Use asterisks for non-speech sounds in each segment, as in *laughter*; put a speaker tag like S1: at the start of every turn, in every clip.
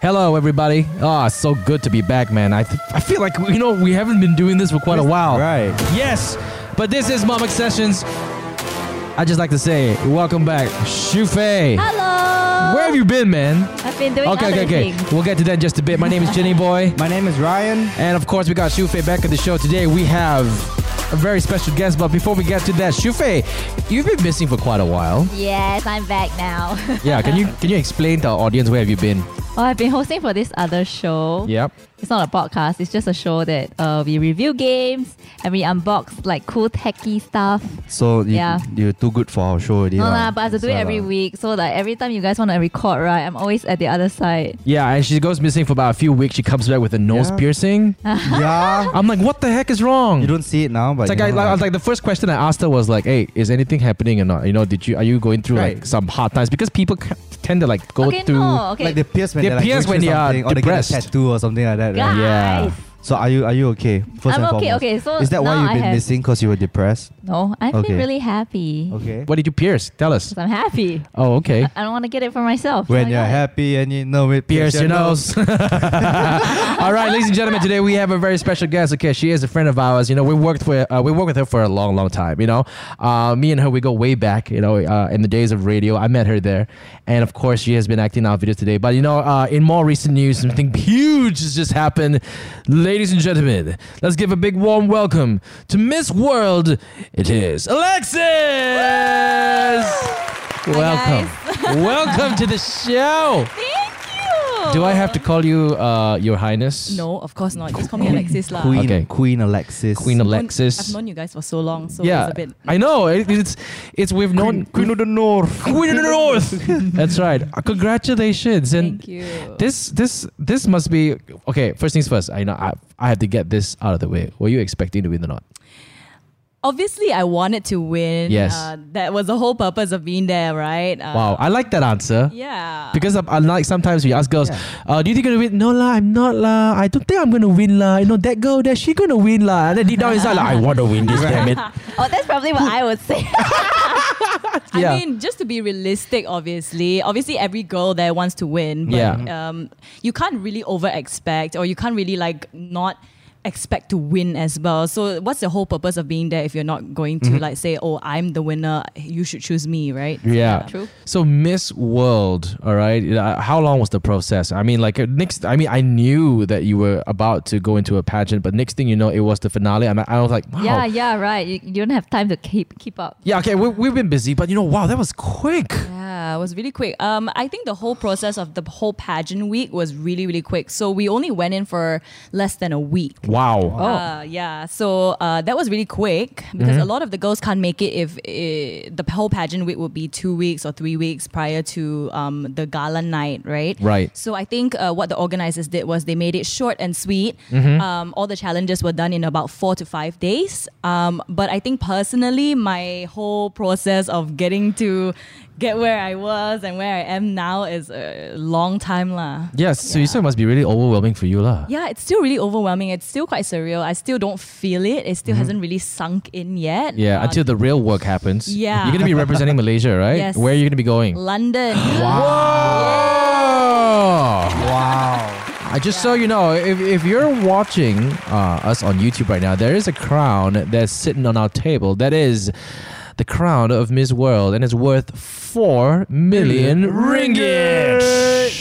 S1: Hello, everybody. Ah, so good to be back, man. I, th- I feel like, you know, we haven't been doing this for quite a while.
S2: Right.
S1: Yes, but this is Momic Sessions. I just like to say, welcome back, Shufei.
S3: Hello.
S1: Where have you been, man?
S3: I've been doing
S1: Okay,
S3: other
S1: okay, okay.
S3: things.
S1: We'll get to that in just a bit. My name is Jenny Boy.
S2: My name is Ryan.
S1: And of course, we got Shufei back at the show today. We have a very special guest, but before we get to that, Shufei, you've been missing for quite a
S3: *laughs*
S1: while.
S3: Yes, I'm back now. *laughs*
S1: Yeah, can you can you explain to our audience where have you been?
S3: oh, I've been hosting for this other show.
S1: Yep.
S3: It's not a podcast. It's just a show that uh, we review games and we unbox like cool techie stuff.
S2: So you,
S3: Yeah.
S2: you're too good for our show already.
S3: No
S2: lah.
S3: lah, but I have to do it
S2: That's why
S3: every
S2: lah.
S3: week. So like every time you guys want to record, right? I'm always at the other side.
S1: Yeah, and she goes missing for about a few weeks. She comes back with a nose
S2: Yeah.
S1: piercing.
S3: Uh. *laughs*
S2: yeah.
S1: I'm like, what the heck is wrong?
S2: You don't see it now, but
S1: It's like
S2: you
S1: I,
S2: know,
S1: like, I was like the first question I asked her was like, "Hey, is anything happening or not? You know, did you are you going through like
S2: Right.
S1: some hard times? Because people c- tend to like go
S3: okay,
S1: through.
S3: no. Okay.
S2: like they pierce when
S1: They
S2: are like,
S1: pierce when
S2: going through
S1: they are
S2: something, or
S1: depressed.
S2: they get a tattoo or something like that.
S3: guys.
S2: Right?
S1: Yeah.
S2: So are you are you okay? First
S3: I'm
S2: and
S3: okay,
S2: foremost.
S3: okay, so
S2: is that why
S3: now
S2: you've
S3: I
S2: been
S3: have-
S2: missing? Because you were depressed.
S3: No, I've
S2: Okay.
S3: been really happy.
S2: Okay.
S1: What did you pierce? Tell us.
S3: 'Cause I'm happy.
S1: Oh, okay.
S3: *laughs* I, I don't want to get it for myself.
S2: When
S3: Oh my
S2: you're
S3: God.
S2: happy and you know it,
S1: Pierce your nose. *laughs* All right, ladies and gentlemen, today we have a very special guest. Okay, she is a friend of ours. You know, we worked with uh, we worked with her for a long, long time. You know, uh, me and her we go way back. You know, uh, in the days of radio, I met her there, and of course, she has been acting out videos today. But you know, uh, in more recent news, something *laughs* huge has just happened. Ladies and gentlemen, let's give a big warm welcome to Miss World. It is Alexis. Welcome, welcome to the show.
S4: Thank you.
S1: Do I have to call you uh, Your Highness?
S4: No, of course not. Just call me Alexis lah.
S2: Queen,
S1: Okay.
S2: Queen Alexis.
S1: Queen
S4: I've known-
S1: Alexis.
S4: I've known you guys for so long, so
S1: yeah,
S4: it's a bit.
S1: I know. It, it's it's we've known
S2: Queen of the North.
S1: *laughs* Queen of the North. That's right. Uh, Congratulations and.
S4: Thank you.
S1: This this this must be okay. First things first. I know I, I have to get this out of the way. Were you expecting to win or not?
S4: Obviously, I wanted to win.
S1: Yes.
S4: Uh, that was the whole purpose of being there, right? Uh,
S1: Wow, I like that answer
S4: Yeah.
S1: because I'm, I'm like sometimes we ask girls,
S2: Yeah.
S1: uh, "Do you think you're gonna win?" No la, I'm not la. I don't think I'm gonna win la. You know that girl, that she gonna win la. And then deep down inside, like I want to win this. damn it.
S3: Oh, that's probably what I would say.
S4: I
S1: Yeah.
S4: mean, just to be realistic, obviously, obviously every girl there wants to win, but
S1: Yeah.
S4: um, you can't really over expect or you can't really like not expect to win as well. So what's the whole purpose of being there if you're not going
S1: Mm-hmm.
S4: to like say, oh, I'm the winner, you should choose me, right?
S1: Yeah.
S4: True.
S1: So Miss World, all right. uh, How long was the process? I mean, like uh, next. I mean, I knew that you were about to go into a pageant, but next thing you know, it was the finale. I, mean, I was like, *laughs* wow.
S3: yeah, yeah, right. You, you don't have time to keep keep up.
S1: Yeah, Okay. We, we've been busy, but you know, wow, that was quick.
S4: Yeah, it was really quick. Um, I think the whole process of the whole pageant week was really, really quick. So we only went in for less than a week.
S1: Wow.
S4: Uh, yeah, so uh, that was really quick because a lot of the girls can't make it if uh the whole pageant week would be two weeks or three weeks prior to um, the gala night, right?
S1: Right.
S4: So I think uh, what the organizers did was they made it short and sweet. Um, all the challenges were done in about four to five days. Um, but I think personally, my whole process of getting to get where I was and where I am now is a long time lah.
S1: Yes. So you said it must be really overwhelming for you, lah.
S4: Yeah, it's still really overwhelming. It's still quite surreal. I still don't feel it. It still hasn't really sunk in yet.
S1: Yeah,
S4: Uh,
S1: until the real work happens.
S4: Yeah.
S1: You're gonna be representing Malaysia, right?
S4: Yes.
S1: Where are you gonna be going?
S4: London.
S1: Wow.
S2: Wow.
S1: I just so you know, if, if you're watching uh, us on YouTube right now, there is a crown that's sitting on our table. That is the crown of Miss World, and it's worth four million ringgit.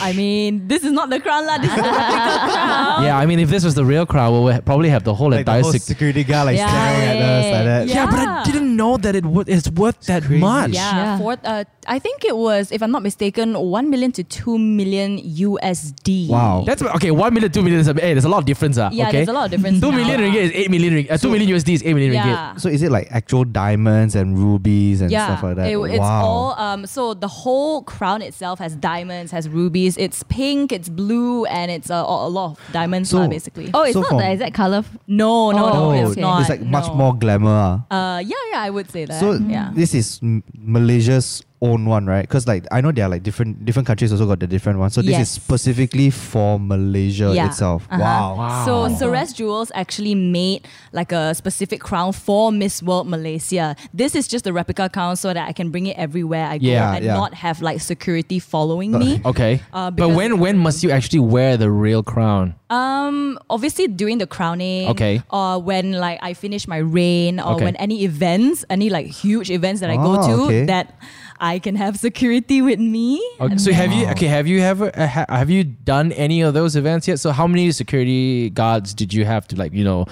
S4: I mean, this is not the crown lah. This is the typical crown.
S1: Yeah, I mean, if this was the real crown, we would probably have the whole
S2: Like
S1: entire.
S2: the whole
S1: sec-
S2: security guy like
S4: Yeah.
S2: staring at us like that.
S1: yeah. but I
S4: Yeah.
S1: didn't know that it would. It's worth that
S2: crazy.
S1: much.
S4: Yeah,
S3: Yeah.
S4: fourth. Uh, I think it was, if I'm not mistaken, one million to two million USD.
S2: Wow.
S1: That's okay. One million, two million. is a- Hey, there's a lot of difference. Uh,
S4: Yeah,
S1: okay?
S4: there's a lot of difference.
S1: Two million
S4: now.
S1: ringgit is eight million ringgit. Uh, two million USD is eight million ringgit.
S4: Yeah.
S2: So is it like actual diamonds and rubies and stuff like that?
S4: it- it's
S2: wow.
S4: all um, so the whole crown itself has diamonds, has rubies. It's pink, it's blue, and it's uh, a a lot of diamonds,
S2: So-
S4: lah, basically.
S3: Oh, it's
S2: So
S3: not
S2: from-
S3: the exact color. f-
S4: No, no,
S3: Oh,
S4: no, it's
S3: okay.
S4: not.
S2: It's like much
S4: no.
S2: more glamour. ah.
S4: Uh, yeah, yeah, I would say that.
S2: So
S4: yeah.
S2: this is M- Malaysia's own one, right? Because like I know there are like different different countries also got the different ones. So this
S4: Yes.
S2: is specifically for Malaysia
S4: Yeah.
S2: itself.
S4: Uh-huh.
S2: Oh, Wow.
S4: So Ceres Jewels actually made like a specific crown for Miss World Malaysia. This is just a replica crown so that I can bring it everywhere I go
S1: Yeah,
S4: and
S2: yeah.
S4: not have like security following me.
S1: Okay.
S4: Uh,
S1: but
S4: because-
S1: when when must you actually wear the real crown?
S4: Um, obviously during the crowning,
S1: Okay.
S4: or when like I finish my reign, or
S1: Okay. Ah,
S4: when any events, any like huge events that I go
S2: Oh,
S4: to,
S2: okay.
S4: that I can have security with me.
S1: Okay, so have you okay? Have you ever uh, ha- have you done any of those events yet? So how many security guards did you have to like you know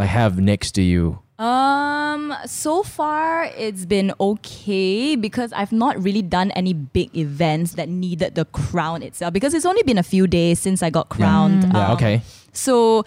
S1: like have next to you?
S4: Um, so far it's been okay because I've not really done any big events that needed the crown itself because it's only been a few days since I got crowned.
S1: Mm.
S4: Um,
S1: Yeah, okay.
S4: So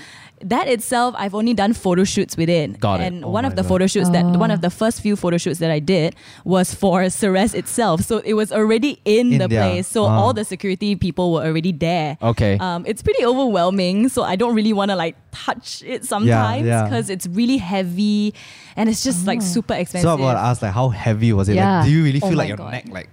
S4: that itself, I've only done photo shoots with it.
S1: Got it.
S4: And
S2: Oh
S4: one
S2: my
S4: of the
S2: God.
S4: photo shoots that one of the first few photo shoots that I did was for Ceres itself. So it was already in,
S2: In
S4: the
S2: there.
S4: place. So
S2: Ah.
S4: all the security people were already there.
S1: Okay.
S4: Um, it's pretty overwhelming. So I don't really want to like touch it sometimes
S2: yeah.
S4: because it's really heavy and it's just like super
S2: So
S4: expensive.
S2: uh, I'm gonna ask like how heavy was it?
S3: Yeah.
S2: Like do you really
S4: Oh
S2: feel
S4: my
S2: like your
S4: God.
S2: neck like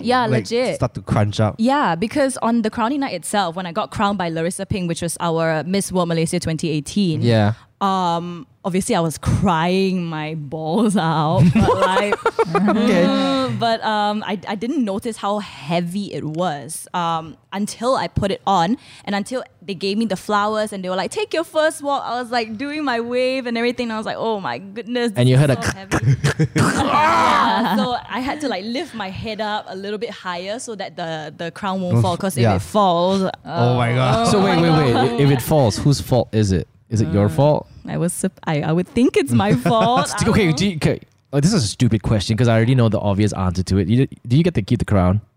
S4: yeah,
S2: like,
S4: legit.
S2: start to crunch up?
S4: Yeah, because on the crowning night itself, when I got crowned by Larissa Ping, which was our Miss World Malaysia 2018,
S1: Yeah.
S4: um, obviously I was crying my balls out,
S1: *laughs*
S4: but like, Mm, *laughs* but um, I, I didn't notice how heavy it was um, until I put it on and until they gave me the flowers and they were like, take your first walk. I was like doing my wave and everything. I was like, oh my goodness.
S1: And
S4: this
S1: you
S4: is
S1: heard
S4: so
S1: a *laughs*
S4: heavy. yeah, so I had to like lift my head up a little bit higher so that the, the crown won't
S2: Don't
S4: fall
S2: f-
S4: because
S2: yeah.
S4: if it falls, uh,
S2: Oh my god.
S1: So wait, wait, wait. If it falls, whose fault is it? Is it your fault?
S4: I was sup- I, I would think
S1: *laughs*
S4: it's my fault. Uh, I
S1: St- okay, do you, okay. Oh, this is a stupid question because I already know the obvious answer to it. You, do you get to keep the crown?
S4: *laughs*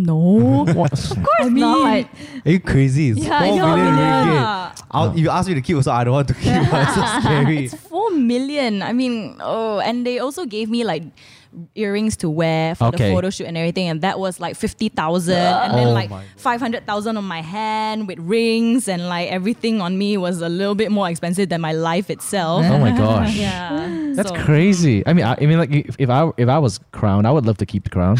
S4: No. Of
S1: What?
S4: course
S3: Not.
S2: Are you crazy? It's
S3: Yeah, I
S2: four
S3: know,
S2: million ringgit.
S4: Yeah.
S2: I'll- If you ask me to keep also, I don't want to keep. it's
S4: *laughs*
S2: so scary.
S4: It's four million. I mean, oh, and they also gave me like earrings to wear for
S1: Okay.
S4: the photo shoot and everything, and that was like fifty thousand, and then
S2: Oh
S4: like
S2: my God.
S4: five hundred thousand on my hand with rings, and like everything on me was a little bit more expensive than my life itself. *laughs*
S1: Oh my gosh.
S4: Yeah,
S1: That's
S4: so,
S1: crazy. I mean, I, I mean, like if, if I if I was crowned, I would love to keep the
S4: *laughs*
S1: crown.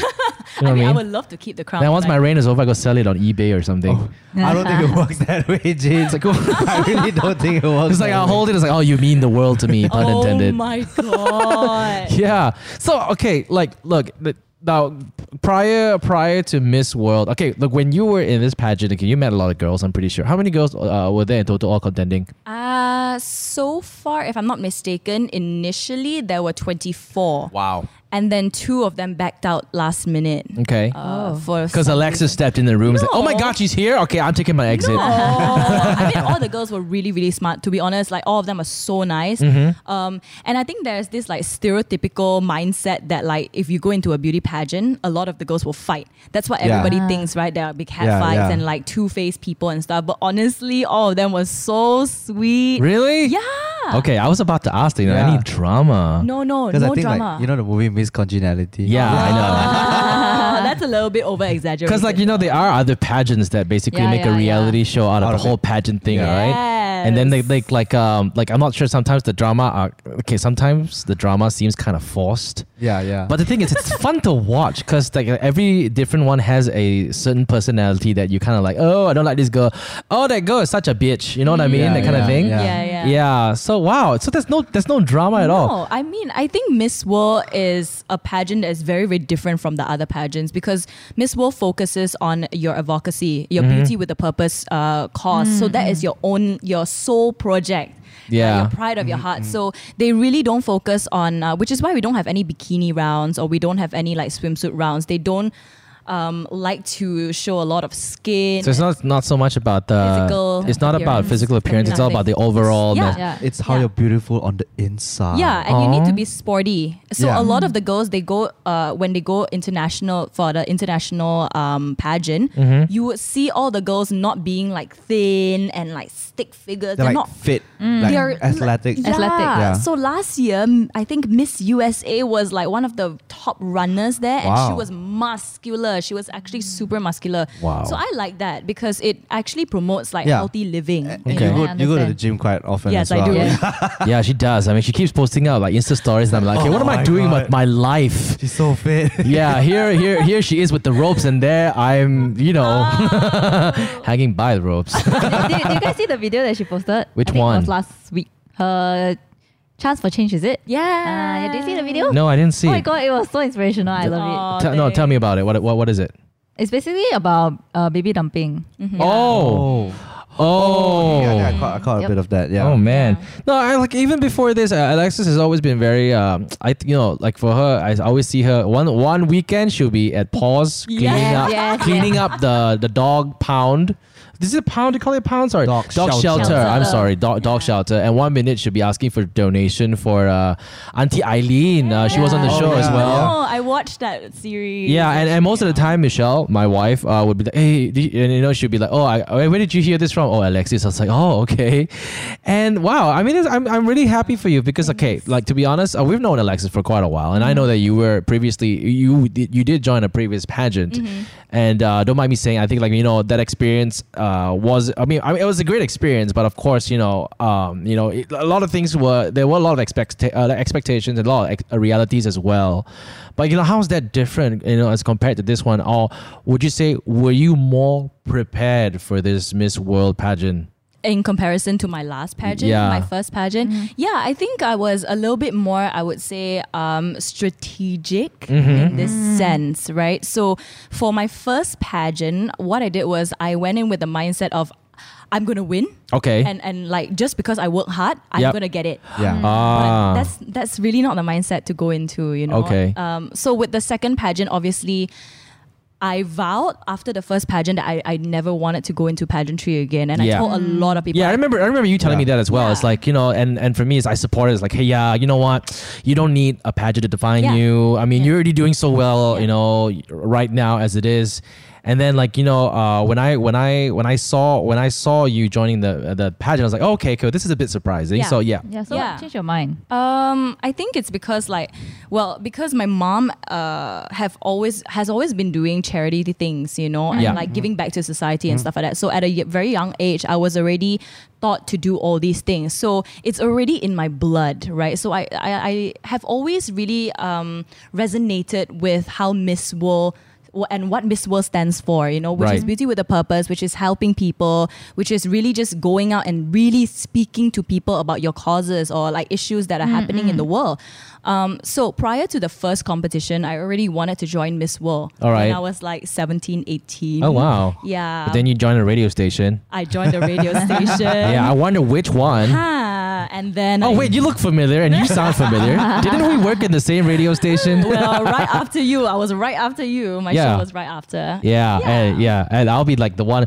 S1: You know
S4: I mean,
S1: what
S4: I
S1: I
S4: would
S1: mean?
S4: love to keep the crown.
S1: Then once
S4: but
S1: my reign is over, I go sell it on eBay or something.
S2: I don't think it works that way, Jane. *laughs* I really don't think it
S1: *laughs*
S2: works.
S1: It's like
S2: that
S1: I'll
S2: way.
S1: hold it. It's like, oh, you mean the world to me, *laughs* pun
S4: oh
S1: intended.
S4: my
S1: *laughs*
S4: god.
S1: Yeah. So okay, like look the, now prior prior to Miss World. Okay, look when you were in this pageant, okay, you met a lot of girls. I'm pretty sure. How many girls uh, were there in total, all contending?
S4: Uh, so far, if I'm not mistaken, initially there were 24.
S1: Wow.
S4: And then two of them backed out last minute.
S1: Okay.
S4: Uh, for
S1: Because
S4: some
S1: Alexis stepped in the room. and said, oh my
S4: No.
S1: God, she's here. Okay, I'm taking my exit.
S4: reason. Oh, I mean, all the girls were really, really smart. To be honest, like all of them are so nice. Um, and I think there's this like stereotypical mindset that like if you go into a beauty pageant, a lot of the girls will fight. That's what
S2: Yeah.
S4: everybody thinks, right? There are big hat
S2: Yeah,
S4: fights
S2: yeah.
S4: and like two faced people and stuff. But honestly, all of them were so sweet.
S1: Really?
S4: Yeah.
S1: Okay, I was about to ask you know,
S2: Yeah.
S1: any drama.
S4: No, no,
S2: Because
S4: no
S2: I think
S4: drama.
S2: like you know the movie Miss Congeniality.
S1: Yeah, I know.
S4: Ah, *laughs* that's a little bit over exaggerated.
S1: Because like you know, there are other pageants that basically
S3: Yeah,
S1: make
S3: yeah,
S1: a reality
S3: yeah.
S1: show out of
S2: Out
S1: the
S2: of
S1: whole
S2: it.
S1: pageant thing, all right? And then they
S4: Yes.
S1: like like um like I'm not sure. Sometimes the drama are okay. Sometimes the drama seems kind of forced.
S2: Yeah, yeah.
S1: But the thing is, it's fun to watch because like every different one has a certain personality that you kind of like. Oh, I don't like this girl. Oh, that girl is such a bitch. You know what I mean?
S2: Yeah,
S1: that kind of
S2: yeah,
S1: thing.
S2: yeah.
S4: Mm, yeah, yeah.
S1: Yeah. So wow. So there's no there's no drama at all.
S4: No, I mean, I think Miss World is a pageant that is very, very different from the other pageants because Miss World focuses on your advocacy, your
S1: Mm-hmm.
S4: beauty with a purpose uh, because So that is your own, your sole project. uh,
S1: Yeah.
S4: your pride of your heart. So they really don't focus on, uh, which is why we don't have any bikini rounds or we don't have any like swimsuit rounds. They don't um, like to show a lot of skin.
S1: So it's not not so much about the
S4: Physical
S1: It's not about
S3: appearance.
S1: physical appearance. It's all about the overall.
S4: Yeah.
S1: mes- *laughs*
S3: *laughs* Yeah.
S2: it's how
S4: Yeah.
S2: you're beautiful on the inside.
S4: Yeah, and you need
S1: Aw.
S4: to be sporty. So
S2: Yeah.
S4: a lot of the girls they go uh, when they go international for the international um, pageant,
S2: Mm-hmm.
S4: you would see all the girls not being like thin and like stick figures.
S2: they're,
S4: They're,
S2: like
S4: not
S2: fit,
S4: Mm.
S2: like athletic.
S4: Yeah.
S3: Athletic.
S2: Yeah.
S4: So last year, m- I think Miss USA was like one of the top runners there, and she
S2: Wow.
S4: was muscular. muscular. She was actually super muscular.
S1: Wow.
S4: So I like that because it actually promotes like
S2: Yeah.
S4: healthy living.
S2: And
S1: Okay.
S2: you, go,
S3: I
S2: you go to the
S3: understand.
S2: gym quite often.
S4: Yes,
S2: as
S4: I
S2: well.
S4: do.
S3: Yeah.
S1: yeah, she does. I mean, she keeps posting up like Insta stories, and I'm like, hey, what
S2: Oh
S1: am I
S2: my
S1: doing
S2: God.
S1: with my life?
S2: *laughs* She's so fit. *laughs*
S3: *laughs*
S1: Yeah, here, here, here she is with the ropes, and there I'm, you know,
S3: Ah.
S1: *laughs* hanging by the ropes.
S3: did, did you guys see the video that she posted?
S1: Which
S3: I think It
S1: one?
S3: was last week. Her chance for change, is it?
S4: Yeah.
S3: Ah, yeah. Did you see the video?
S1: no, I didn't see.
S3: Oh my god, it was so inspirational. I love it.
S4: Aw,
S1: Te- no,
S4: thanks.
S1: tell me about it. What, what, what is it?
S3: It's basically about uh, baby dumping.
S1: Oh,
S2: Oh.
S1: oh,
S2: Yeah, I think I caught, I caught
S3: Yep.
S2: a bit of that. Yeah.
S1: Oh man, no, I like even before this, uh, Alexis has always been very, um, I th- you know, like for her, I always see her one one weekend she'll be at pause cleaning
S4: Yes,
S1: up,
S3: yes,
S1: cleaning up the the dog pound. This is a pound. They call it a pound. Sorry,
S2: Dog
S1: shelter.
S2: shelter.
S1: I'm
S3: Shelter.
S1: sorry, dog dog shelter. And one minute she'll be asking for donation for uh, Auntie Eileen. Uh, she was on the
S2: Yeah.
S1: show
S2: Oh,
S1: as
S2: yeah.
S1: well.
S4: Oh, I watched that series.
S1: Yeah, and, and most of the time, Michelle, my wife, uh, would be like, hey, did you, and you know, she'd be like, oh, I, oh, where did you hear this from? Oh, Alexis. I was like, oh, okay. And wow, I mean, it's, I'm, I'm really happy for you because, okay, like to be honest, uh, we've known Alexis for quite a while, and I know that you were previously, you did, you did join a previous pageant. And uh, don't mind me saying, I think, like, you know, that experience uh, was, I mean, I mean, it was a great experience, but of course, you know, um, you know, it, a lot of things were, there were a lot of expect, uh, expectations and a lot of ex- uh, realities as well. But you know, how's that different, you know, as compared to this one? Or would you say were you more prepared for this Miss World pageant?
S4: in comparison to my last pageant,
S1: Yeah.
S4: my first pageant. Yeah, I think I was a little bit more, I would say, um, strategic
S1: Mm-hmm.
S4: in this sense, right? So for my first pageant, what I did was I went in with the mindset of I'm gonna win.
S1: Okay.
S4: And and like just because I work hard, I'm
S1: Yep.
S4: gonna get it.
S2: Yeah.
S1: ah,
S4: But that's that's really not the mindset to go into, you know.
S1: Okay.
S4: Um, so with the second pageant, obviously, I vowed after the first pageant that I, I never wanted to go into pageantry again, and
S1: Yeah.
S4: I told a lot of people.
S1: yeah, I remember. I remember you telling
S2: Yeah.
S1: me that as well.
S4: Yeah.
S1: It's like you know, and and for me, it's, I support it. It's like, hey, yeah, you know what? You don't need a pageant to define
S4: Yeah.
S1: you. I mean,
S4: Yeah.
S1: you're already doing so well, you
S4: Yeah.
S1: know, right now as it is. And then like you know, uh, when I when I when I saw when I saw you joining the the pageant, I was like, oh, okay, cool. This is a bit surprising.
S4: Yeah.
S1: So yeah,
S3: Yeah, so
S4: Yeah.
S3: change your mind.
S4: Um, I think it's because like, well, because my mom uh have always has always been doing charity things, you know, and
S1: Yeah.
S4: like giving back to society
S1: Mm-hmm.
S4: and stuff like that. So at a y- very young age, I was already taught to do all these things. So it's already in my blood, right? So I I, I have always really um resonated with how Miss World wh- and what Miss World stands for, you know, which is
S1: Right.
S4: beauty with a purpose, which is helping people, which is really just going out and really speaking to people about your causes or like issues that are happening in the world. Um, so prior to the first competition, I already wanted to join Miss World.
S1: All right.
S4: When I was like 17, 18.
S1: Oh wow.
S4: Yeah.
S1: But then you joined a radio station.
S4: I joined the radio station.
S1: *laughs* Yeah, I wonder which one.
S4: Ah, and then
S1: Oh
S4: I-
S1: wait, you look familiar and you sound familiar.
S4: *laughs*
S1: Didn't we work in the same radio station? *laughs*
S4: well, right after you, I was right after you. My
S1: Yeah.
S4: show was right after.
S1: Yeah, and yeah, and I'll be like the
S4: *laughs*
S1: one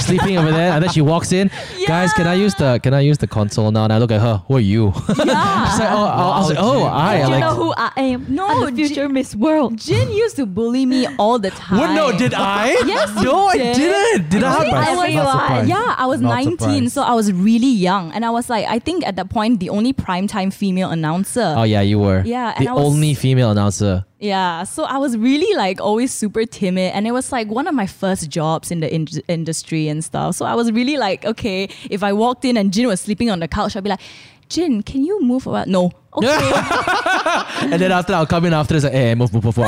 S1: sleeping over there, and then she walks in. Guys, can I use the can I use the console now? And I look at her. Who are you? *laughs* She's like, oh, I was like, oh, I
S3: Do you know
S1: Alex.
S3: who I am?
S4: No,
S3: I'm the
S4: Jin-
S3: future Miss World.
S4: Jin used to bully me all the
S1: *laughs*
S4: time.
S1: What? No, did I?
S4: Yes,
S1: *laughs* no,
S4: you
S1: I
S4: did.
S1: didn't. Did I?
S4: think I was- uh,
S2: Not surprised.
S4: Yeah, I was
S2: Not
S4: 19,
S2: surprised.
S4: so I was really young. And I was like, I think at that point, the only primetime female announcer.
S1: Oh yeah, you were.
S4: Yeah,
S1: the
S4: and I was-
S1: only female announcer.
S4: yeah, so I was really like always super timid. And it was like one of my first jobs in the in- industry and stuff. So I was really like, okay, if I walked in and Jin was sleeping on the couch, I'd be like, Jin, can you move around? No. Okay.
S1: and then after that, I'll come in after this like, hey, move, move, move, move.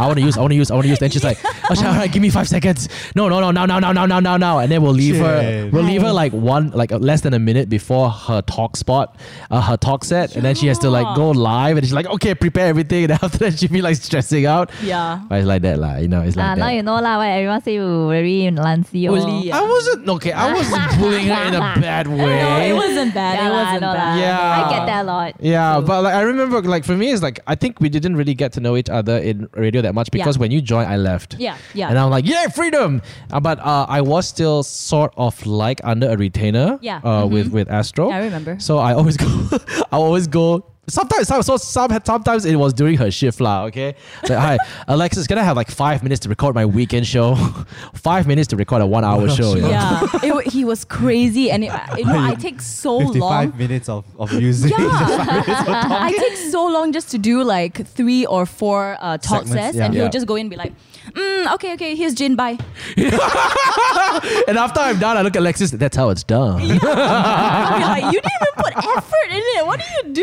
S1: I want to use, I want to use, I want to use, I want to use. Then she's like, oh, all right, give me five seconds. No, no, no, now, now, now, now, now, now, now. And then we'll leave her,
S2: Shit.
S1: we'll leave her like one, like uh, less than a minute before her talk spot, uh, her talk set. And then she has to like go live and she's like, okay, prepare everything. And *laughs* after that, she'd be like stressing out.
S4: Yeah.
S1: But it's like that, like, you know, it's
S3: Ah,
S1: like
S3: now
S1: that.
S3: you know lah why everyone say you very lancy. or-
S4: Bully, yeah.
S1: I wasn't, okay, I wasn't bullying her in a
S3: *laughs*
S1: bad
S4: No,
S1: way.
S4: it wasn't bad.
S3: Yeah,
S4: it
S3: lah,
S4: wasn't
S3: no
S4: bad.
S3: lah.
S1: Yeah.
S3: I get that a lot.
S1: Yeah, but like I remember, like for me, it's like I think we didn't really get to know each other in radio that much because when you joined, I left.
S4: Yeah, yeah.
S1: And I'm like, yeah, freedom. Uh, but uh, I was still sort of like under a retainer.
S4: Yeah. mm-hmm.
S1: Uh, with with Astro.
S4: Yeah, I remember.
S1: So I always go. *laughs* I always go. Sometimes, some, so some, sometimes it was during her shift, lah. Okay, it's like,
S4: *laughs*
S1: hi, Alexis, can I have like five minutes to record my weekend show? *laughs* five minutes to record a one-hour show. you know?
S4: Yeah, it, wa- he was crazy, and it, you know, I take
S2: *laughs*
S4: so
S2: 55
S4: long.
S2: minutes of, of music. *laughs*
S4: *laughs* Yeah, I take so long just to do like three or four uh, talk
S2: Segments,
S4: sets,
S2: yeah.
S4: and
S1: Yeah.
S4: he'll just go in and be like, mm, okay, okay, here's gin, bye.
S1: *laughs*
S4: *laughs*
S1: And after I'm done, I look at Lexus. That's how it's done.
S4: I'll be like, you didn't even put effort in it. What do you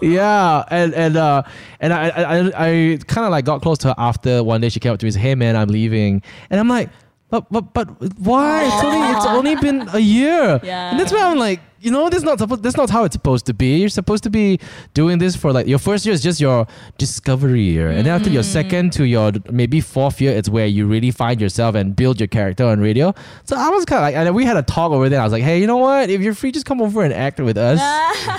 S4: do?
S1: yeah, and and uh, and I I, I, I kind of like got close to her after one day. She came up to me and said, "Hey man, I'm leaving," and I'm like, "But but but why? It's only it's only been a year."
S4: Yeah.
S1: And that's why I'm like, you know, this not supposed. That's not how it's supposed to be. You're supposed to be doing this for like your first year is just your discovery year, and then after your second to your maybe fourth year, it's where you really find yourself and build your character on radio. So I was kind of like, and then we had a talk over there. I was like, hey, you know what? If you're free, just come over and act with us.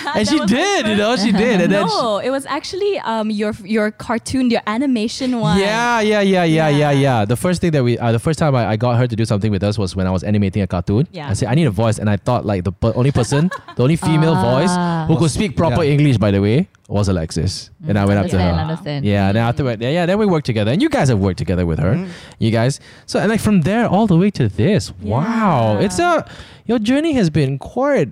S4: *laughs*
S1: and she
S4: was my
S1: did, you know,
S4: *laughs*
S1: she did, and then. she-
S4: No, it was actually um your your cartoon, your animation one.
S1: Yeah, yeah, yeah, yeah, yeah,
S4: Yeah.
S1: yeah. The first thing that we, uh, the first time I, I got her to do something with us was when I was animating a cartoon.
S4: Yeah.
S1: I said I need a voice, and I thought like the per- only person, the only female
S3: Ah.
S1: voice who could speak proper
S2: Yeah.
S1: English, by the way, was Alexis, and I
S4: Mm.
S1: went up to
S3: understand,
S1: her.
S3: understand.
S1: Yeah, and then afterward, yeah, yeah, then we worked together, and you guys have worked together with her, you guys. So and like from there all the way to this, wow,
S4: Yeah.
S1: it's a your journey has been quite.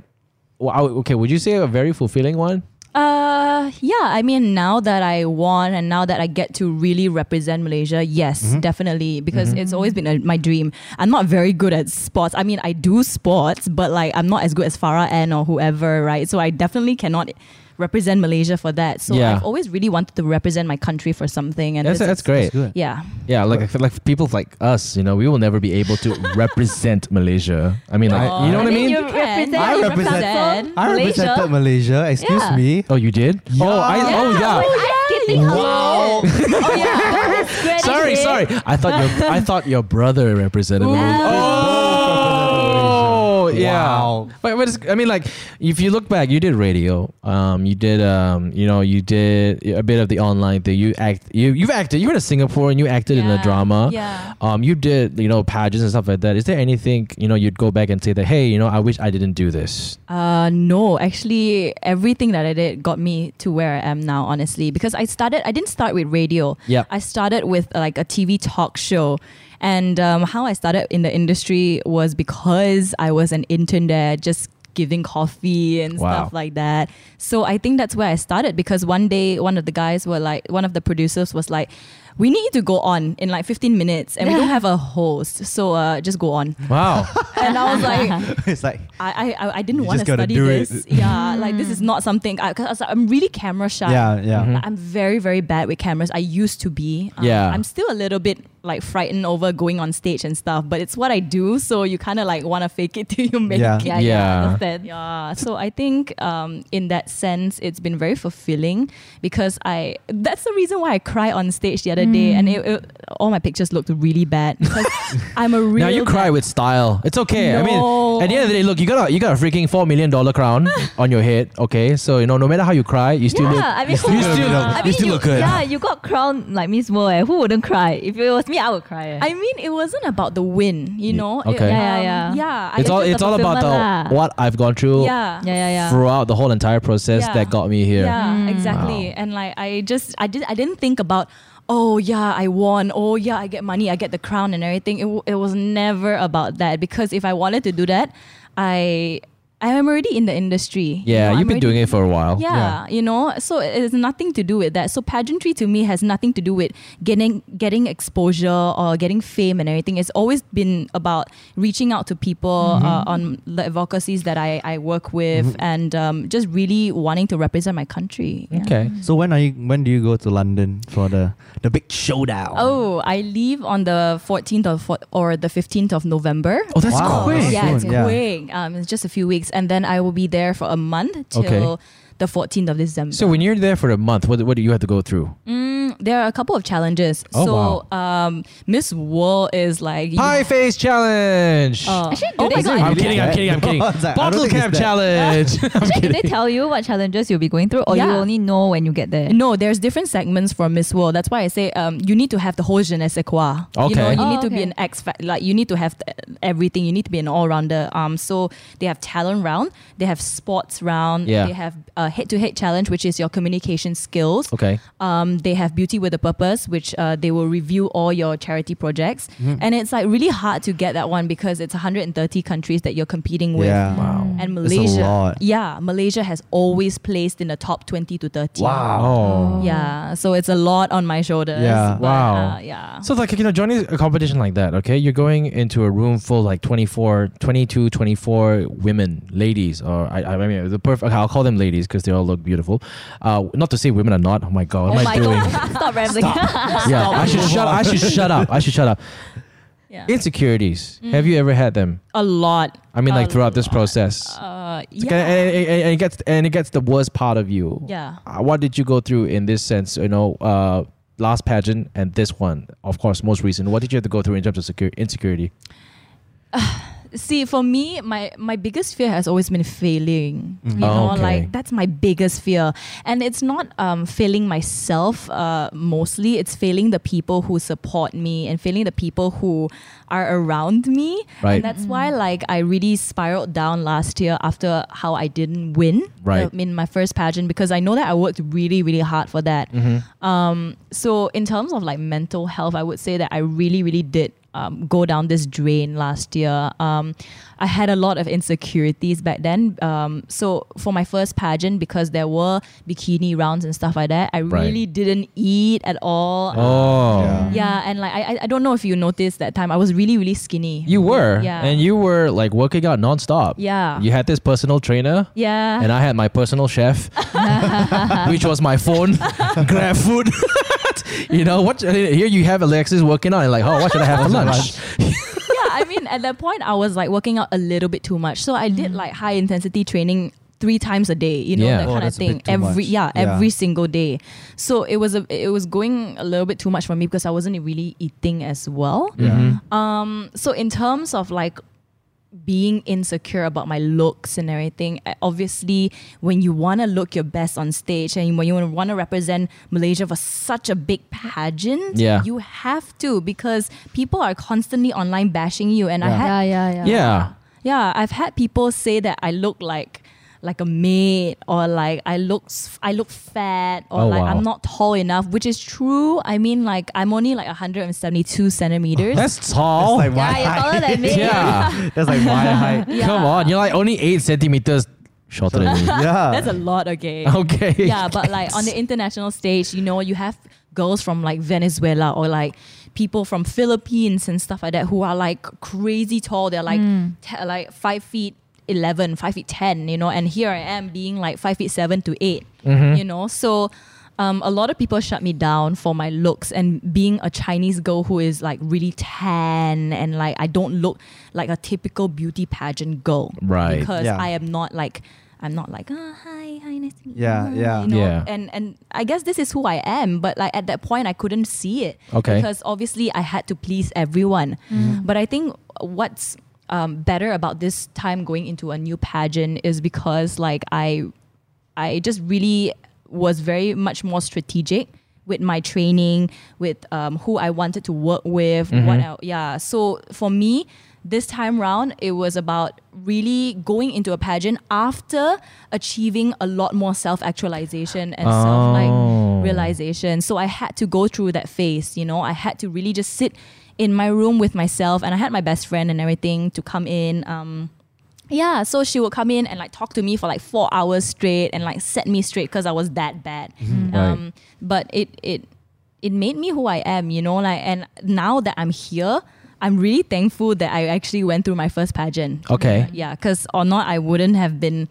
S1: Wow, okay, would you say a very fulfilling one?
S4: Uh, yeah. I mean, now that I won and now that I get to really represent Malaysia, yes,
S1: Mm-hmm.
S4: definitely, because it's always been a, my dream. I'm not very good at sports. I mean, I do sports, but like I'm not as good as Farah Ann or whoever, right? So I definitely cannot represent Malaysia for that. So
S1: Yeah.
S4: I've always really wanted to represent my country for something, and
S1: That's
S4: it's-
S1: that's great.
S2: good.
S4: yeah.
S1: Yeah, like I feel like people like us, you know, we will never be able
S2: *laughs*
S1: to represent Malaysia. I mean, like,
S2: I-
S1: you know what I
S3: I
S1: mean?
S3: mean, you
S4: You
S3: represent,
S4: can.
S2: I
S3: you
S2: represent- I
S3: Malaysia.
S2: represented Malaysia. Excuse
S3: Yeah.
S2: me.
S1: oh, you did? Oh, I,
S2: Yeah.
S1: oh
S3: I *laughs*
S1: yeah.
S3: was ice skating
S2: Wow.
S3: alone. oh yeah.
S1: *laughs*
S3: That is
S1: Sorry,
S3: great.
S1: sorry. I thought your I thought your brother represented Malaysia. Oh, yeah.
S2: Wow.
S1: But, but it's, I mean, like, if you look back, you did radio. Um, you did, um, you know, you did a bit of the online thing. You act, you you've acted. You went to Singapore and you acted in a
S4: Yeah.
S1: drama.
S4: Yeah.
S1: Um, you did, you know, pageants and stuff like that. Is there anything you know you'd go back and say that, hey, you know, I wish I didn't do this?
S4: Uh, no, actually, everything that I did got me to where I am now, honestly. Because I started, I didn't start with radio.
S1: Yep.
S4: I started with uh, like a TV talk show. And um, how I started in the industry was because I was an intern there, just giving coffee and
S1: Wow.
S4: stuff like that. So I think that's where I started because one day, one of the guys were like, one of the producers was like, we need you to go on in like 15 minutes and we don't have a host. So uh, just go on.
S1: *laughs* Wow.
S4: And I was
S2: *laughs*
S4: like,
S2: it's like
S4: I I, I- I didn't
S2: You
S4: want to
S2: just gotta
S4: study
S2: do
S4: this.
S2: it.
S4: Yeah, like this is not something. I, cause I am really camera shy.
S2: yeah, Mm-hmm. yeah.
S4: Like, I'm very very bad with cameras. I used to be. Um,
S1: Yeah.
S4: I'm still a little bit like frightened over going on stage and stuff, but it's what I do. So you kind of like want to fake it *laughs* till you make
S2: Yeah.
S4: it.
S3: Yeah,
S1: Yeah.
S3: yeah. Understand.
S4: Yeah, so I think um, in that sense, it's been very fulfilling because I. That's the reason why I cried on stage the other day, and it, it- all my pictures looked really bad because
S2: *laughs*
S4: I'm a real.
S1: now you cry with style. It's okay. I mean, at the end of the day, look, you got a you got a freaking four million dollar
S4: *laughs*
S1: crown on your head. Okay, so you know, no matter how you cry, you still
S3: Yeah,
S1: look.
S3: I mean,
S1: you
S3: who-
S1: still,
S3: I mean,
S1: you still look good.
S3: Yeah, you got crowned like Miss World. Eh. Who wouldn't cry? If it was me, I would cry. Eh.
S4: I mean, it wasn't about the win, you
S1: Ye-
S4: know. It-
S1: okay.
S3: Yeah,
S4: um,
S3: yeah, yeah.
S4: yeah. I-
S1: It's all
S3: just
S1: it's
S3: the
S1: all about the
S3: fulfillment lah.
S1: what I've gone through
S4: yeah,
S3: yeah, yeah, yeah.
S1: throughout the whole entire process
S4: Yeah.
S1: that got me here.
S4: yeah, exactly. And like, I just, I did, I didn't think about. Oh yeah, I won. Oh yeah, I get money. I get the crown and everything. It, w- it was never about that because if I wanted to do that, I I am already in the industry. you
S1: Yeah,
S4: know,
S1: you've
S4: I'm
S1: been
S4: already-
S1: doing it for a while.
S4: yeah, you know, so it has nothing to do with that. So pageantry to me has nothing to do with getting getting exposure or getting fame and everything. It's always been about reaching out to people uh,
S1: Mm-hmm.
S4: on the advocacies that I, I work with and um, just really wanting to represent my country. yeah.
S1: Okay.
S2: So when are you? When do you go to London for the the big showdown?
S4: Oh, I leave on the 14th of, fo- or the 15th of November.
S1: Oh, that's
S2: Wow.
S1: quick.
S4: Yeah, it's
S2: Soon, yeah.
S4: quick. Um, it's just a few weeks. And then I will be there for a month till
S1: Okay.
S4: the 14th of December.
S1: So when you're there for a month, what what do you have to go through?
S4: There are a couple of challenges.
S1: Oh,
S4: so um Miss Wool is like you-
S1: Pie face challenge.
S4: Uh,
S3: Actually, do
S4: oh
S3: they
S4: my god.
S1: I'm kidding. I'm kidding. I'm kidding.
S2: I was like, I don't
S1: Bottle
S2: think it's
S1: cap
S2: that.
S1: challenge. *laughs*
S3: *laughs* Actually, did they tell you what challenges you'll be going through, or you
S4: Yeah.
S3: only know when you get there?
S4: No, there's different segments for Miss World. That's why I say um, you need to have the whole je ne sais quoi. You know,
S1: Okay.
S4: you
S3: Oh,
S4: need to be
S3: okay.
S4: an X fac- like you need to have th- everything. You need to be an all rounder. Um, so they have talent round, they have sports round,
S1: Yeah.
S4: they have uh, head to head challenge, which is your communication skills.
S1: okay.
S4: Um, they have beauty Beauty with a Purpose, which uh, they will review all your charity projects.
S1: Mm-hmm.
S4: And it's like really hard to get that one because it's 130 countries that you're competing with.
S2: Yeah.
S1: Wow.
S4: And
S2: That's a
S4: Malaysia,
S2: lot.
S4: yeah, Malaysia has always placed in the top 20 to 30.
S1: Wow.
S4: Yeah, so it's a lot on my shoulders.
S2: Yeah.
S4: but,
S1: Wow.
S4: uh, yeah.
S1: So like you know joining a competition like that, okay? You're going into a room full like 24, 22, 24 women, ladies, or I, I mean the perfect. I'll call them ladies because they all look beautiful. Uh, not to say women are not. Oh my god, what
S3: oh
S1: am
S3: my
S1: I doing?
S3: god! *laughs* Stop rambling.
S1: *laughs*
S3: *laughs*
S1: Yeah, I should shut. I should shut up. I should shut up.
S4: yeah.
S1: Insecurities. Have you ever had them?
S4: a lot.
S1: I mean, like
S4: A
S1: throughout this process,
S4: Uh,
S1: It's kinda-
S4: yeah.
S1: and, and- and- and it gets and it gets the worst part of you.
S4: Yeah.
S1: Uh, what did you go through in this sense? You know, uh, last pageant and this one, of course, most recent. What did you have to go through in terms of secure insecurity?
S4: See, for me, my my biggest fear has always been failing. You know,
S1: Mm-hmm. Oh, Okay.
S4: like that's my biggest fear, and it's not um, failing myself uh, mostly. It's failing the people who support me and failing the people who are around me.
S1: Right.
S4: And that's why, like, I really spiraled down last year after how I didn't win.
S1: Right.
S4: the- in my first pageant because I know that I worked really, really hard for that. Um, so in terms of like mental health, I would say that I really, really did um, go down this drain last year. Um, I had a lot of insecurities back then. Um, so for my first pageant, because there were bikini rounds and stuff like that, I
S1: Right.
S4: really didn't eat at all.
S1: Oh,
S2: Yeah.
S4: Yeah, and like I, I- I don't know if you noticed that time, I was really, really skinny.
S1: you were,
S4: Yeah.
S1: and you were like working out nonstop.
S4: Yeah.
S1: you had this personal trainer.
S4: yeah.
S1: And I had my personal
S4: *laughs*
S1: chef, which was my phone, *laughs* grab food. *laughs* you know what? uh, Here you have Alexis working on, it, like, oh, what should I
S4: *laughs*
S1: have for lunch?
S4: yeah, I mean, at that point, I was like working out a little bit too much. So I did
S2: Mm.
S4: like high intensity training three times a day, you know,
S1: Yeah.
S4: that
S1: Oh,
S4: kind of
S2: that's a
S4: thing.
S2: bit too
S4: Every
S2: much.
S4: yeah,
S2: Yeah.
S4: every single day. So it was a it was going a little bit too much for me because I wasn't really eating as well.
S1: Mm-hmm.
S4: Um, so in terms of like being insecure about my looks and everything, I- obviously, when you want to look your best on stage and when you want to represent Malaysia for such a big pageant,
S1: Yeah.
S4: you have to because people are constantly online bashing you. And I
S2: Yeah.
S4: had,
S3: yeah, yeah, yeah.
S1: Yeah.
S4: yeah, I've had people say that I look like like a maid or like I look s- I look fat or
S1: Oh,
S4: like
S1: wow.
S4: I'm not tall enough, which is true. I mean, like I'm only like 172 centimeters.
S1: That's
S4: Oh,
S1: tall.
S2: That's like
S3: Yeah,
S2: my
S3: you're taller
S2: height.
S3: than me.
S1: *laughs*
S4: *laughs*
S1: yeah.
S2: *laughs* That's like my height.
S4: Yeah.
S1: Come on, you're like only eight centimeters shorter than me.
S2: Yeah.
S4: That's a lot,
S1: *laughs*
S4: okay.
S1: Okay.
S4: yeah, but like on the international stage, you know, you have girls from like Venezuela or like people from Philippines and stuff like that who are like crazy tall. They're like te- like five feet. 11 5 feet 10 you know and here i am being like 5 feet 7 to 8 you know so um, a lot of people shut me down for my looks and being a chinese girl who is like really tan and like i don't look like a typical beauty pageant girl
S1: Right.
S4: because
S2: Yeah.
S4: i am not like i'm not like oh, hi hi nice to meet
S2: Yeah,
S4: Mm, you,"
S2: yeah.
S4: you know?
S1: Yeah.
S4: and and i guess this is who i am but like at that point i couldn't see it
S1: Okay.
S4: because obviously i had to please everyone
S2: Mm-hmm.
S4: but i think what's um, better about this time going into a new pageant is because like i i just really was very much more strategic with my training with um, who i wanted to work with what I, yeah so for me this time round it was about really going into a pageant after achieving a lot more self-actualization and self like realization so i had to go through that phase you know i had to really just sit in my room with myself and i had my best friend and everything to come in um, yeah, so she would come in and like talk to me for like four hours straight and like set me straight because I was that bad.
S1: Mm-hmm.
S4: Um, but it it it made me who I am, you know. Like, and now that I'm here, I'm really thankful that I actually went through my first pageant.
S1: Okay.
S4: Yeah, because or not, I wouldn't have been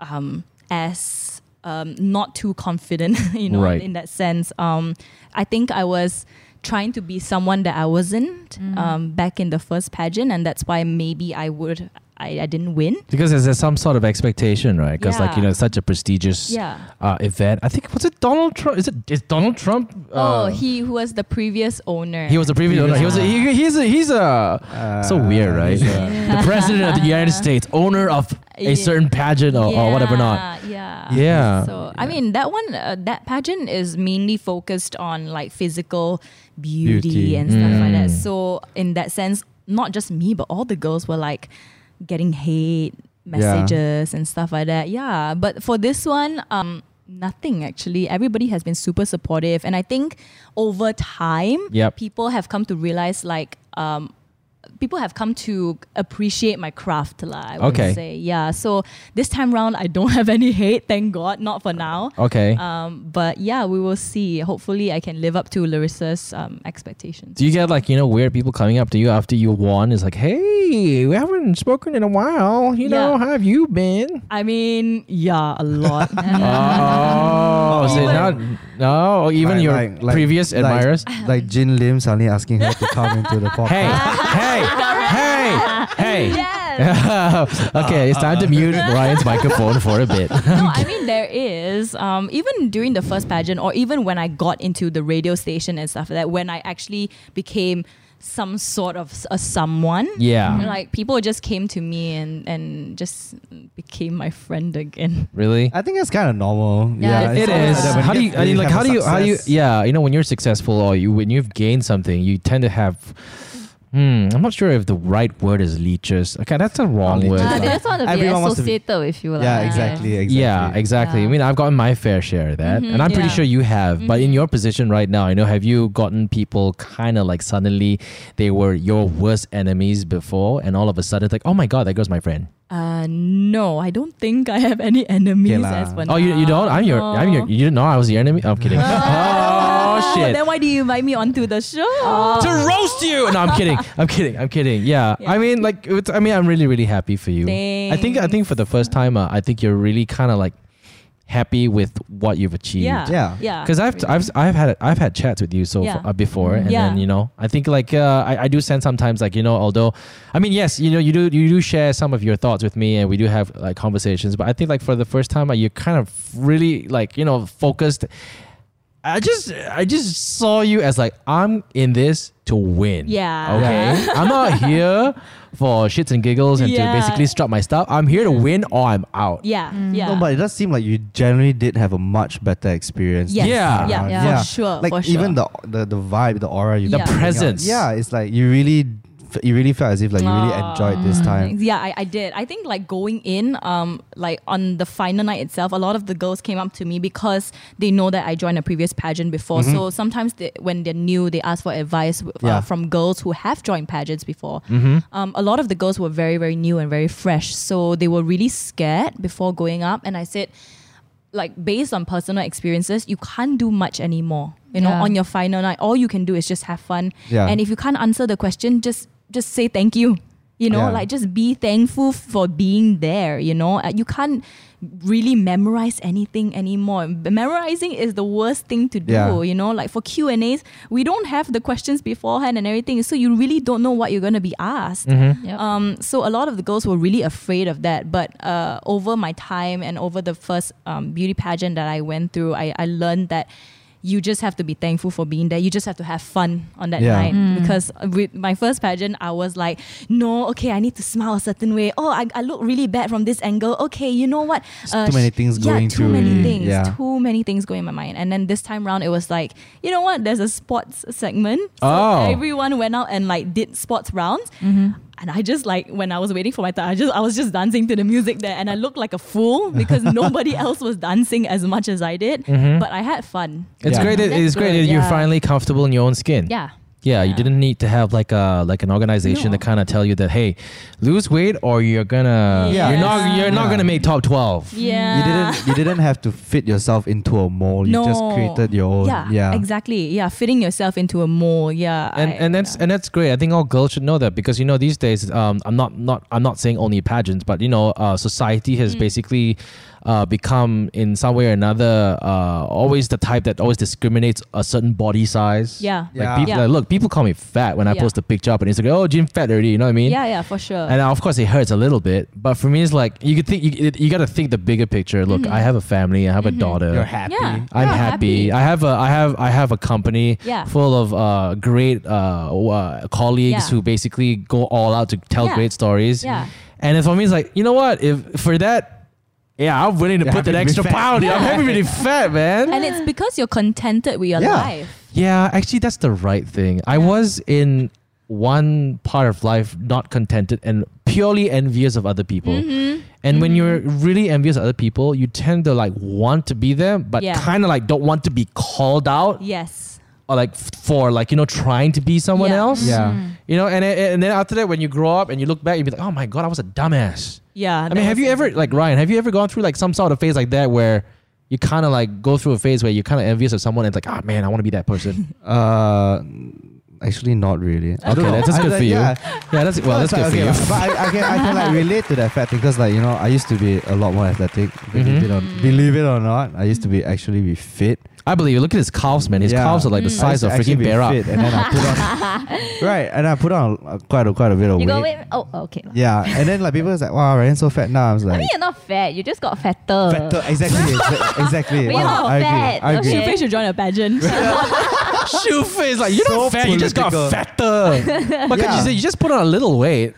S4: um, as um, not too confident, *laughs* you know,
S1: Right.
S4: in that sense. Um, I think I was trying to be someone that I wasn't um, back in the first pageant, and that's why maybe I would I, I didn't win.
S1: Because there's, there's some sort of expectation, right? Because like you
S4: Yeah.
S1: know, it's such a prestigious
S4: Yeah.
S1: uh, event. I think was it Donald Trump? Is it is Donald Trump?
S4: oh,
S1: uh,
S4: he who was the previous owner.
S1: he was a previous. owner. He was a, Uh, he, he's a he's a
S2: Uh,
S1: so weird, right?
S2: he's a-
S1: the president of the United States, owner of a
S4: Yeah.
S1: certain pageant or, or oh, whatever not.
S4: Yeah.
S1: Yeah.
S4: So I mean that one, uh, that pageant is mainly focused on like physical beauty,
S2: Beauty.
S4: and stuff like that.
S1: Mm.
S4: So in that sense, not just me, but all the girls were like getting hate messages and stuff like that. Yeah. But for this one, um, nothing actually. Everybody has been super supportive, and I think over time,
S1: Yep.
S4: people have come to realize like. Um, People have come to appreciate my craft, lah. I would
S1: Okay.
S4: say, yeah. So this time round, I don't *laughs* have any hate, thank God, not for now.
S1: Okay.
S4: Um, but yeah, we will see. Hopefully, I can live up to Larissa's um, expectations.
S1: Do you get like you know weird people coming up to you after you won? Is like, hey, we haven't spoken in a while. You know,
S4: Yeah.
S1: how have you been?
S4: I mean, yeah, a
S1: *laughs*
S4: lot. *laughs*
S1: Oh, is it not? No, *laughs* even
S2: Like-
S1: your
S2: like- like-
S1: previous
S2: like- *laughs*
S1: admirers.
S2: Like Jin Lim suddenly asking her to come into
S1: *laughs*
S2: the podcast.
S1: Hey, hey, hey, hey. *laughs* okay, it's
S2: Uh-huh.
S1: time to mute Ryan's microphone for a bit.
S4: no, I mean there is. Um, even during the first pageant, or even when I got into the radio station and stuff like that, when I actually became some sort of s- a someone.
S1: yeah.
S4: Like people just came to me and and just became my friend again.
S1: Really?
S2: I think that's kind of normal.
S3: Yeah,
S2: Yeah,
S1: It
S2: it's
S1: is.
S2: always
S1: How do you,
S2: get-
S1: I mean, like,
S2: have
S1: how
S2: a
S1: do you, how do you,
S2: success.
S1: yeah, you know, when you're successful or you, when you've gained something, you tend to have, hmm, I'm not sure if the right word is leeches. Okay, that's a wrong
S2: leeches.
S1: word.
S3: Ah,
S2: Uh,
S3: they just want to be
S2: Everyone wants to be-
S3: associated with you. lah.
S2: Yeah, exactly, exactly.
S1: Yeah, exactly.
S3: Yeah.
S1: I mean, I've gotten my fair share of that,
S4: Mhm,
S1: and I'm pretty
S4: yeah. Mm-hmm.
S1: sure you have. But in your position right now, you know, have you gotten people kind of like suddenly they were your worst enemies before, and all of a sudden it's like, oh my god, that goes my friend.
S4: Uh, no, I don't think I have any enemies
S2: Okay lah.
S4: as for
S1: oh, you, you
S4: now.
S1: don't? I'm your I'm your.
S4: No.
S1: You didn't know I was your enemy? I'm
S4: *laughs*
S1: kidding. *laughs* oh shit. Oh,
S4: Then why do you invite me onto the show?
S1: to roast you. No, I'm
S4: *laughs*
S1: kidding. I'm kidding. I'm kidding. Yeah.
S4: Yeah.
S1: I mean, like, it's, I mean, I'm really, really happy for you. I think, I think for the first time, uh, I think you're really kind of like happy with what you've achieved.
S4: yeah,
S2: Yeah.
S4: yeah.
S1: Because I've, I've I've had I've had chats with you so
S4: Yeah.
S1: uh, before, and
S4: Yeah.
S1: then you know I think like uh, I I do sense sometimes like you know although I mean yes you know you do you do share some of your thoughts with me and we do have like conversations, but I think like for the first time uh, you're kind of really like you know focused. I just I just saw you as like I'm in this to win.
S4: Yeah.
S1: Okay.
S4: *laughs*
S1: I'm not here for shits and giggles and
S4: Yeah.
S1: to basically strut my stuff. I'm here to win or I'm out.
S4: yeah, yeah.
S2: No, but it does seem like you generally did have a much better experience.
S4: Yes.
S1: Yeah.
S4: Yeah,
S2: Yeah.
S4: for
S2: Yeah.
S4: sure.
S2: like
S4: for
S2: even
S4: sure.
S2: the, the the vibe, the aura, you
S4: The
S2: bring out.
S1: presence.
S2: Yeah, it's like you really, f- you really felt as if like you really
S4: Ah.
S2: enjoyed this time.
S4: Yeah, I, I did. I think like going in, um, like on the final night itself, a lot of the girls came up to me because they know that I joined a previous pageant before. So sometimes they, when they're new, they ask for advice uh,
S2: Mm-hmm. Yeah. Mm-hmm.
S4: from girls who have joined pageants before. Um, a lot of the girls were very, very new and very fresh, so they were really scared before going up. And I said, like based on personal experiences, you can't do much anymore. You know,
S3: Yeah.
S4: on your final night, all you can do is just have fun.
S2: Yeah.
S4: And if you can't answer the question, just just say thank you. You know,
S2: Yeah.
S4: like just be thankful f- for being there. You know, Uh, you can't really memorize anything anymore. B- Memorizing is the worst thing to do.
S2: Yeah.
S4: You know, like for Q and A's, we don't have the questions beforehand and everything, so you really don't know what you're gonna be asked.
S2: Mm-hmm.
S3: Yep.
S4: Um, so a lot of the girls were really afraid of that. But uh, over my time and over the first um, beauty pageant that I went through, I, I learned that you just have to be thankful for being there. You just have to have fun on that
S2: Yeah.
S4: night. Because with my first pageant, I was like, no, okay, I need to smile a certain way. Oh, I, I look really bad from this angle. Okay, you know what?
S2: too many
S4: sh-
S2: things
S4: yeah,
S2: going
S4: too
S2: through
S4: many
S2: already.
S4: things.
S2: Yeah.
S4: Too many things going in my mind. And then this time round, it was like, you know what? There's a sports segment. So
S1: Oh.
S4: everyone went out and like did sports rounds.
S1: Mm-hmm.
S4: And I just like when I was waiting for my time, I just I was just dancing to the music there, and I looked like a
S1: *laughs*
S4: fool because nobody else was dancing as much as I did.
S1: Mm-hmm.
S4: But I had fun.
S1: It's
S2: Yeah.
S1: great. That,
S3: That's
S1: it's great
S3: good,
S1: that you're
S3: yeah.
S1: finally comfortable in your own skin.
S3: Yeah.
S1: Yeah, you
S4: Yeah.
S1: didn't need to have like a like an organization
S4: No.
S1: to kind of tell you that hey, lose weight or you're gonna
S4: Yeah.
S1: you're not
S4: Yes.
S1: you're not
S2: Yeah.
S1: gonna make top twelve.
S4: Yeah,
S2: You didn't, you didn't have to fit yourself into a mold. You just created your own.
S4: Yeah,
S2: Yeah,
S4: exactly. Yeah, fitting yourself into a mold. Yeah,
S1: And,
S4: I-
S1: and that's and that's great. I think all girls should know that because you know these days, um, I'm not not I'm not saying only pageants, but you know, uh, society
S4: Mm.
S1: has basically uh, become in some way or another uh, always the type that always discriminates a certain body size.
S4: Yeah.
S1: like
S2: Yeah.
S1: people
S4: Yeah.
S1: like, look, people call me fat when I
S4: Yeah.
S1: post a picture up and it's like, oh, Jim fat already. You know what I mean?
S4: yeah, yeah, for sure.
S1: and of course it hurts a little bit but for me it's like you could think you, you got to think the bigger picture look
S4: Mm-hmm.
S1: i have a family i have a daughter
S2: You're happy.
S4: yeah,
S1: I'm
S4: yeah,
S1: happy. I have a I have I have a company
S4: Yeah.
S1: full of uh, great uh, w- uh, colleagues
S4: Yeah.
S1: who basically go all out to tell
S4: Yeah.
S1: great stories.
S4: Yeah.
S1: And if for me, it's like you know what? If for that, yeah, I'm willing to
S2: You're
S1: put that
S2: happy to
S1: extra
S2: be fat.
S1: pound. in. I'm happy
S4: *laughs*
S1: to be fat, man.
S4: And it's because you're contented with your
S2: Yeah.
S4: life.
S1: Yeah, actually, that's the right thing. I was in one part of life not contented and purely envious of other people.
S4: Mm-hmm.
S1: And when you're really envious of other people, you tend to like want to be there, but
S4: Yeah.
S1: kind of like don't want to be called out
S4: Yes.
S1: or like f- for like you know trying to be someone
S4: Yeah. Mm-hmm.
S1: else.
S2: Yeah.
S1: You know, and and then after that, when you grow up and you look back, you be like, oh my god, I was a dumbass.
S4: Yeah.
S1: I mean, have you ever like Ryan? Have you ever gone through like some sort of phase like that where you kind of like go through a phase where you're kind of envious of someone and it's like, oh man, I want to be that person.
S2: Uh, actually, not really. I don't
S1: Okay,
S2: know.
S1: that's
S2: I-
S1: good
S2: like,
S1: for you.
S2: Yeah.
S1: yeah, that's well,
S2: No,
S1: that's
S2: it's
S1: good
S2: like,
S1: for
S2: okay,
S1: you.
S2: lah. But I, I can I can like relate to that fact because like you know I used to be a lot more athletic.
S1: Mm-hmm.
S2: Believe it or believe it or not, I used to be actually be fit.
S1: I believe. you. Look at his calves, man. His
S2: Yeah. Mm.
S1: calves are like the
S4: Mm.
S2: I
S1: size
S2: used to
S1: of
S2: actually
S1: freaking
S2: be
S1: bear up.
S2: fit and then I put
S4: *laughs*
S2: on right, and I put on uh, quite a quite a bit of
S3: You
S2: weight.
S3: go wait. Oh, okay.
S2: Yeah, and then like people was like, "Wow, Ryan's so fat now." I was
S3: I
S2: like,
S3: mean, you're not fat. You just got fatter.
S4: uh,
S2: "Fatter, exactly, exa-
S4: *laughs*
S2: exactly."
S3: But you're
S2: Wow,
S3: not
S2: I
S3: fat,
S2: agree. I agree.
S3: okay.
S4: Shufei should join a
S1: *laughs*
S4: pageant.
S1: *laughs* Shoe face, like you're
S2: So
S1: not fat. You just got
S2: political. *laughs*
S1: fatter. But could you
S2: Yeah.
S1: say you just put on a little weight?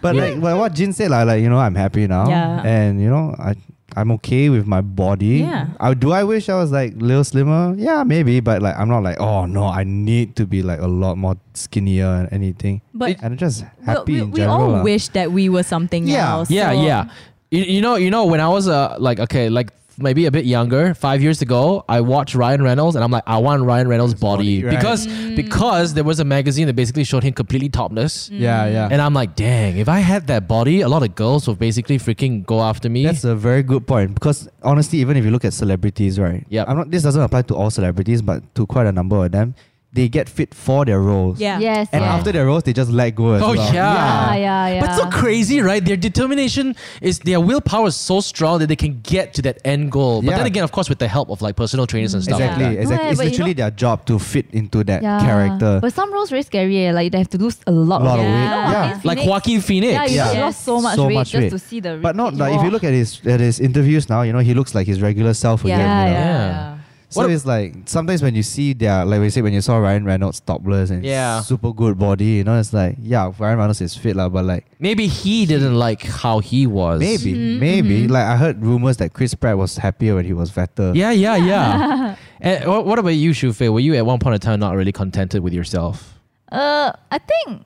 S2: But like well, what Jin said, like, like you know, I'm happy now,
S4: Yeah.
S2: and you know, I I'm okay with my body.
S4: Yeah.
S2: I, do I wish I was like little slimmer? Yeah, maybe, but like I'm not like oh no, I need to be like a lot more skinnier and anything.
S4: But-
S2: and I'm just
S4: But
S2: happy
S4: we,
S2: in
S4: we
S2: general.
S4: all
S2: lah.
S4: wish that we were something
S2: Yeah.
S4: else.
S1: Yeah,
S4: so-
S1: yeah. You, you know, you know, when I was uh, like okay, like maybe a bit younger, five years ago, I watched Ryan Reynolds, and I'm like, I want Ryan Reynolds' body,
S2: body, right.
S1: because because there was a magazine that basically showed him completely topless.
S2: Yeah, yeah.
S1: And I'm like, dang, if I had that body, a lot of girls would basically freaking go after me.
S2: That's a very good point because honestly, even if you look at celebrities, right?
S1: Yep.
S2: I'm not. This doesn't apply to all celebrities, but to quite a number of them, they get fit for their roles.
S4: Yeah.
S3: Yes.
S2: And
S3: yeah.
S2: after their roles, they just let go. As
S1: Oh,
S2: well.
S1: yeah.
S3: Yeah, yeah, yeah.
S1: But it's so crazy, right? Their determination is their willpower is so strong that they can get to that end goal. But
S2: Yeah.
S1: then again, of course, with the help of like personal trainers and stuff. like
S2: Exactly,
S1: that.
S2: exactly.
S3: No, eh,
S2: it's
S3: but you
S2: literally
S3: know-
S2: their job to fit into that character.
S3: But some roles very scary. eh, Like they have to lose a lot,
S2: Lot
S3: of
S2: of
S3: weight.
S2: weight.
S3: You know what,
S2: Yeah.
S3: Joaquin
S1: Like
S3: Phoenix-
S1: Joaquin Phoenix.
S3: Yeah, you
S2: Yeah.
S3: just lost so much
S2: So
S3: weight
S2: much
S3: just
S2: weight.
S3: to see the.
S2: But not
S3: ripped
S2: like if you look at his at his interviews now, you know he looks like his regular self
S3: Yeah,
S2: again.
S3: yeah,
S2: you know?
S1: Yeah.
S3: yeah.
S2: So
S1: What a-
S2: it's like sometimes when you see their like we said when you saw Ryan Reynolds topless and
S1: Yeah.
S2: super good body, you know it's like yeah Ryan Reynolds is fit lah, but like
S1: Maybe he didn't like how he was.
S2: maybe
S3: Mm-hmm.
S2: maybe like I heard rumors that Chris Pratt was happier when he was fatter.
S1: Mm-hmm. Yeah, yeah, yeah. *laughs* and what, what about you, Shufei? Were you at one point in time not really contented with yourself?
S3: Uh, I think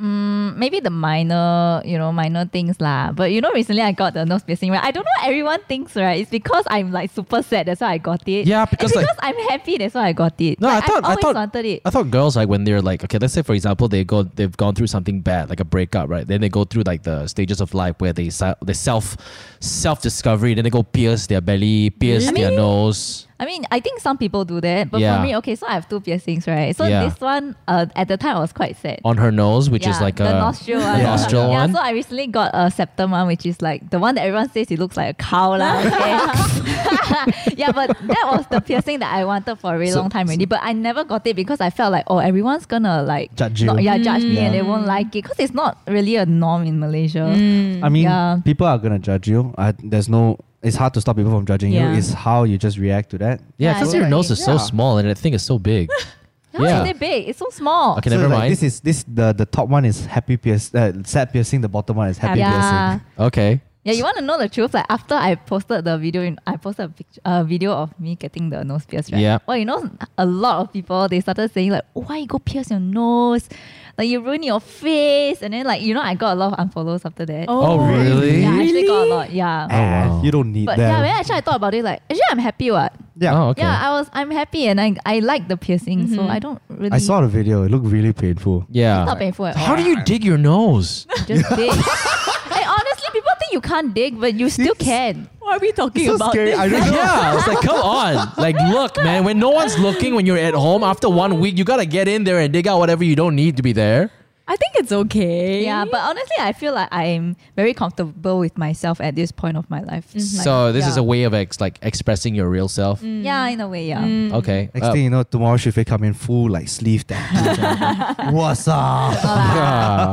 S3: mm, maybe the minor, you know, minor things lah. But you know, recently I got the nose piercing. Right, I don't know. What everyone thinks right. It's because I'm like super sad. That's why I got it.
S1: Yeah,
S3: And
S1: because, like-
S3: because I'm happy. That's why I got it.
S1: No,
S3: Like,
S1: I thought- I
S3: I've always
S1: thought-
S3: wanted it.
S1: I thought girls like when they're like okay, let's say for example they go they've gone through something bad like a breakup, right? Then they go through like the stages of life where they se- they self self discovery, then they go pierce their belly, pierce
S3: I
S1: their
S3: mean-
S1: nose.
S3: I mean, I think some people do that, but
S1: Yeah.
S3: for me, okay, so I have two piercings, right? So
S1: Yeah.
S3: this one, uh, at the time, I was quite sad.
S1: on her nose, which is
S3: Yeah,
S1: like
S3: the
S1: a *laughs*
S3: nostril one.
S1: the nostril
S3: yeah.
S1: one.
S3: so I recently got a septum one, which is like the one that everyone says it looks like a
S1: *laughs*
S3: cow lah. okay? *laughs* yeah, but that was the piercing that I wanted for a very
S1: So-
S3: long time already. But I never got it because I felt like oh everyone's gonna like
S2: Judge you.
S3: not- yeah, judge me and
S2: Yeah.
S3: they
S1: Mm.
S3: won't like it because it's not really a norm in Malaysia.
S2: I mean,
S3: Yeah.
S2: people are gonna judge you. I, there's no. It's hard to stop people from judging
S4: Yeah.
S2: you. It's how you just react to that.
S1: yeah,
S3: Yeah,
S1: because
S3: I
S1: your
S3: know
S1: nose
S3: what
S1: is
S2: you
S1: so
S2: mean.
S1: small and that thing is so big.
S3: *laughs* How
S1: Yeah.
S3: is it big? It's so small.
S1: Okay,
S2: So
S1: never
S2: like,
S1: mind.
S2: This is this the the top one is happy pierce, uh, sad piercing. The bottom one is happy
S3: yeah.
S2: piercing.
S1: okay.
S3: Yeah, you want to know the truth? Like after I posted the video, in, I posted a picture, a video of me getting the nose pierced. Right?
S1: Yeah.
S3: Well, you know, a lot of people they started saying like, "Why you go pierce your nose? Like you ruin your face." And then like you know, I got a lot of unfollows after that.
S1: Oh, really?
S3: yeah, I actually got a lot. Yeah.
S1: Oh, wow.
S2: Ah, You don't need
S3: But yeah,
S2: that.
S3: when actually I thought about it, like actually I'm happy. What?
S2: Yeah.
S1: Oh, okay.
S3: Yeah, I was. I'm happy, and I I like the piercing, so
S1: Mm-hmm.
S3: I don't really.
S2: I saw the video. It looked really painful.
S1: Yeah.
S3: It's not painful at all.
S1: How do you dig your nose?
S3: just dig? *laughs* hey, honestly, people think you can't dig, but you still can.
S4: Why are we talking
S2: so
S4: about
S2: scary.
S4: this?
S2: I don't
S1: *laughs*
S2: know.
S1: yeah, it's like come on, like look, man. When no one's looking, when you're at home after one week, you gotta get in there and dig out whatever you don't need to be there.
S4: *laughs* I think it's okay.
S3: Yeah, but honestly, I feel like I'm very comfortable with myself at this point of my life. Mm-hmm.
S4: Mm-hmm.
S3: Like,
S1: so this is
S3: yeah.
S1: a way of ex- like expressing your real self.
S3: yeah, in a way, yeah.
S4: Mm.
S1: Okay.
S2: Next
S1: Uh,
S2: thing you know, tomorrow Shufei come in full like sleeve
S3: *laughs*
S2: tattoo. What's up?
S3: No
S1: *laughs*
S3: lah.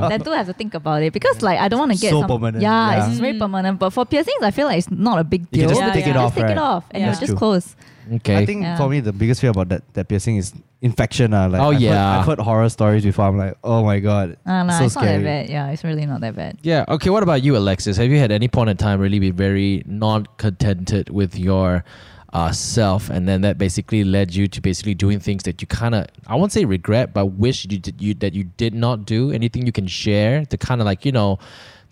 S1: Yeah.
S3: Then do have to think about it because like I don't want to get
S2: So
S3: some-
S2: permanent,
S3: Yeah,
S2: yeah.
S3: it's
S4: Mm.
S3: very permanent. But for piercings, I feel like it's not a big
S2: You
S3: deal.
S2: can just
S4: Yeah,
S2: take
S4: yeah.
S2: it off.
S3: Just take it
S2: right?
S3: off and
S4: Yeah.
S3: you're
S2: That's
S3: just
S2: true.
S3: close. *laughs*
S1: okay.
S2: I think
S3: Yeah.
S2: for me the biggest fear about that, that piercing is infection. Uh, like
S1: Oh,
S2: I've heard-
S1: yeah.
S2: I've heard horror stories before. I'm like, oh my god,
S3: Uh, no,
S2: so
S3: it's
S2: scary.
S3: not that bad. Yeah, it's really not that bad.
S1: yeah. Okay. What about you, Alexis? Have you had any point in time really be very not contented with your uh, self, and then that basically led you to basically doing things that you kind of I won't say regret, but wish you did you that you did not do. Anything you can share to kind of like you know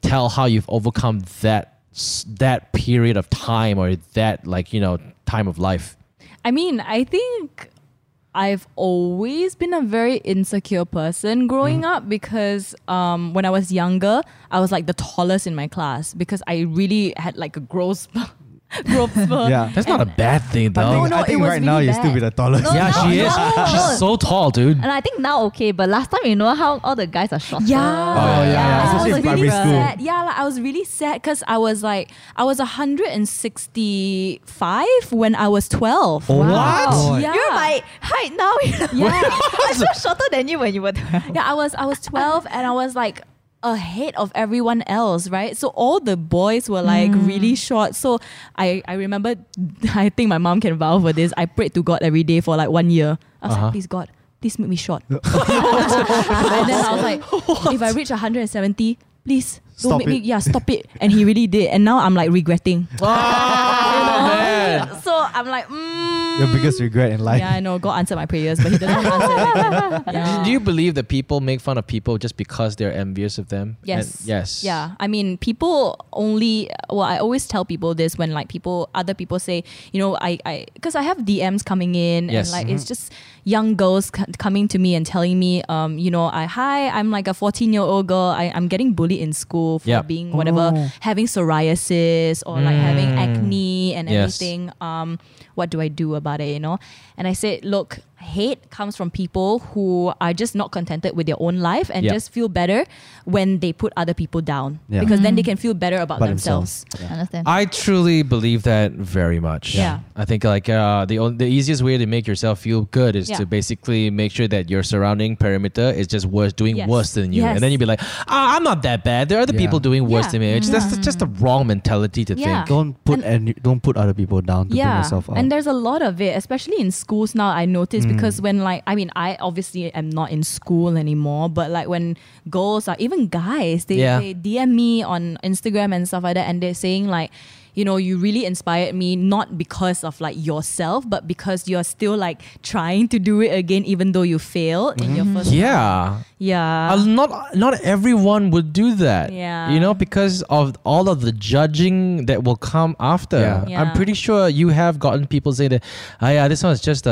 S1: tell how you've overcome that s- that period of time or that like you know time of life.
S4: I mean, I think I've always been a very insecure person growing
S2: Mm.
S4: up because um, when I was younger, I was like the tallest in my class because I really had like a growth spur. *laughs* growth
S2: *laughs*
S4: spur.
S2: Yeah.
S1: That's not a bad thing
S2: I
S1: though.
S2: think,
S3: no,
S2: I
S3: it
S2: think
S3: was
S2: right now
S3: really
S2: you're still
S3: bad.
S2: with the tallest.
S3: No,
S1: yeah,
S3: no,
S1: she is.
S3: no.
S1: She's so tall, dude.
S3: *laughs* And I think now okay, but last time you know how all the guys are shorter.
S4: Yeah.
S2: Oh, yeah, yeah.
S4: I
S2: Especially
S4: was
S2: in primary
S4: really
S2: school.
S4: sad. Yeah, like, I was really sad because I was like, I was 165 when I was 12.
S1: Oh,
S2: What?
S4: Yeah.
S3: You're my height now.
S4: Yeah.
S3: *laughs* I'm so shorter than you when
S4: *laughs*
S3: you were *laughs* 12.
S4: yeah, I was I was 12 and I was like ahead of everyone else, right? So all the boys were like
S2: Hmm.
S4: really short. So I I remember *laughs* I think my mom can vouch for this. I prayed to God every day for like one year. I was
S1: Uh-huh.
S4: like, please God, please make me
S2: *laughs*
S4: short. *laughs* and then I was like, if I reach 170, please don't
S2: Stop
S4: make me
S2: it.
S4: yeah, stop it. And he really did. And now I'm like
S2: *laughs*
S4: regretting.
S1: Oh, man.
S4: So I'm like, mm.
S2: Your biggest regret in life.
S4: Yeah, I know. God answered my prayers, but he doesn't want
S2: *laughs*
S4: to answer it. Yeah.
S1: Do you believe that people make fun of people just because they're envious of them?
S4: Yes.
S1: And- yes.
S4: Yeah. I mean, people only. Well, I always tell people this when like people, other people say, you know, I, I, because I have DMs coming in,
S1: Yes. Mm-hmm.
S4: and like it's just young girls c- coming to me and telling me, um, you know, I hi, I'm like a 14 year old girl. I, I'm getting bullied in school for
S1: Yeah.
S4: being whatever,
S1: Oh.
S4: having psoriasis or like having
S1: Mm.
S4: acne and
S1: Yes.
S4: everything. Um, what do I do about it? You know, and I said, look. Hate comes from people who are just not contented with their own life and
S1: Yeah.
S4: just feel better when they put other people down
S2: Yeah.
S4: because then they can feel better about
S2: About
S4: themselves.
S3: Understand.
S1: I truly believe that very much.
S4: Yeah.
S1: I think like uh, the on- the easiest way to make yourself feel good is
S4: Yeah.
S1: to basically make sure that your surrounding perimeter is just worse doing
S4: Yes.
S1: worse than you,
S4: Yes.
S1: and then you'd be like, ah, I'm not that bad. There are other
S2: Yeah.
S1: people doing worse
S4: Yeah.
S1: than me. It's that's just the wrong mentality to
S4: Yeah.
S1: think.
S2: Don't put and, don't put other people down to bring
S4: Yeah,
S2: yourself up. Hmm.
S4: and there's a lot of it, especially in schools now. I notice because when like I mean, I obviously am not in school anymore, but like when girls are even guys, they,
S1: Yeah.
S4: they DM me on Instagram and stuff like that, and they're saying like. You know, you really inspired me not because of like yourself, but because you're still like trying to do it again, even though you failed in your
S2: Mm-hmm.
S4: first.
S1: Yeah.
S4: Yeah.
S1: Uh, not not everyone would do that.
S4: Yeah.
S1: You know, because of all of the judging that will come after.
S2: Yeah.
S4: Yeah.
S1: I'm pretty sure you have gotten people say that, oh yeah, this one's just a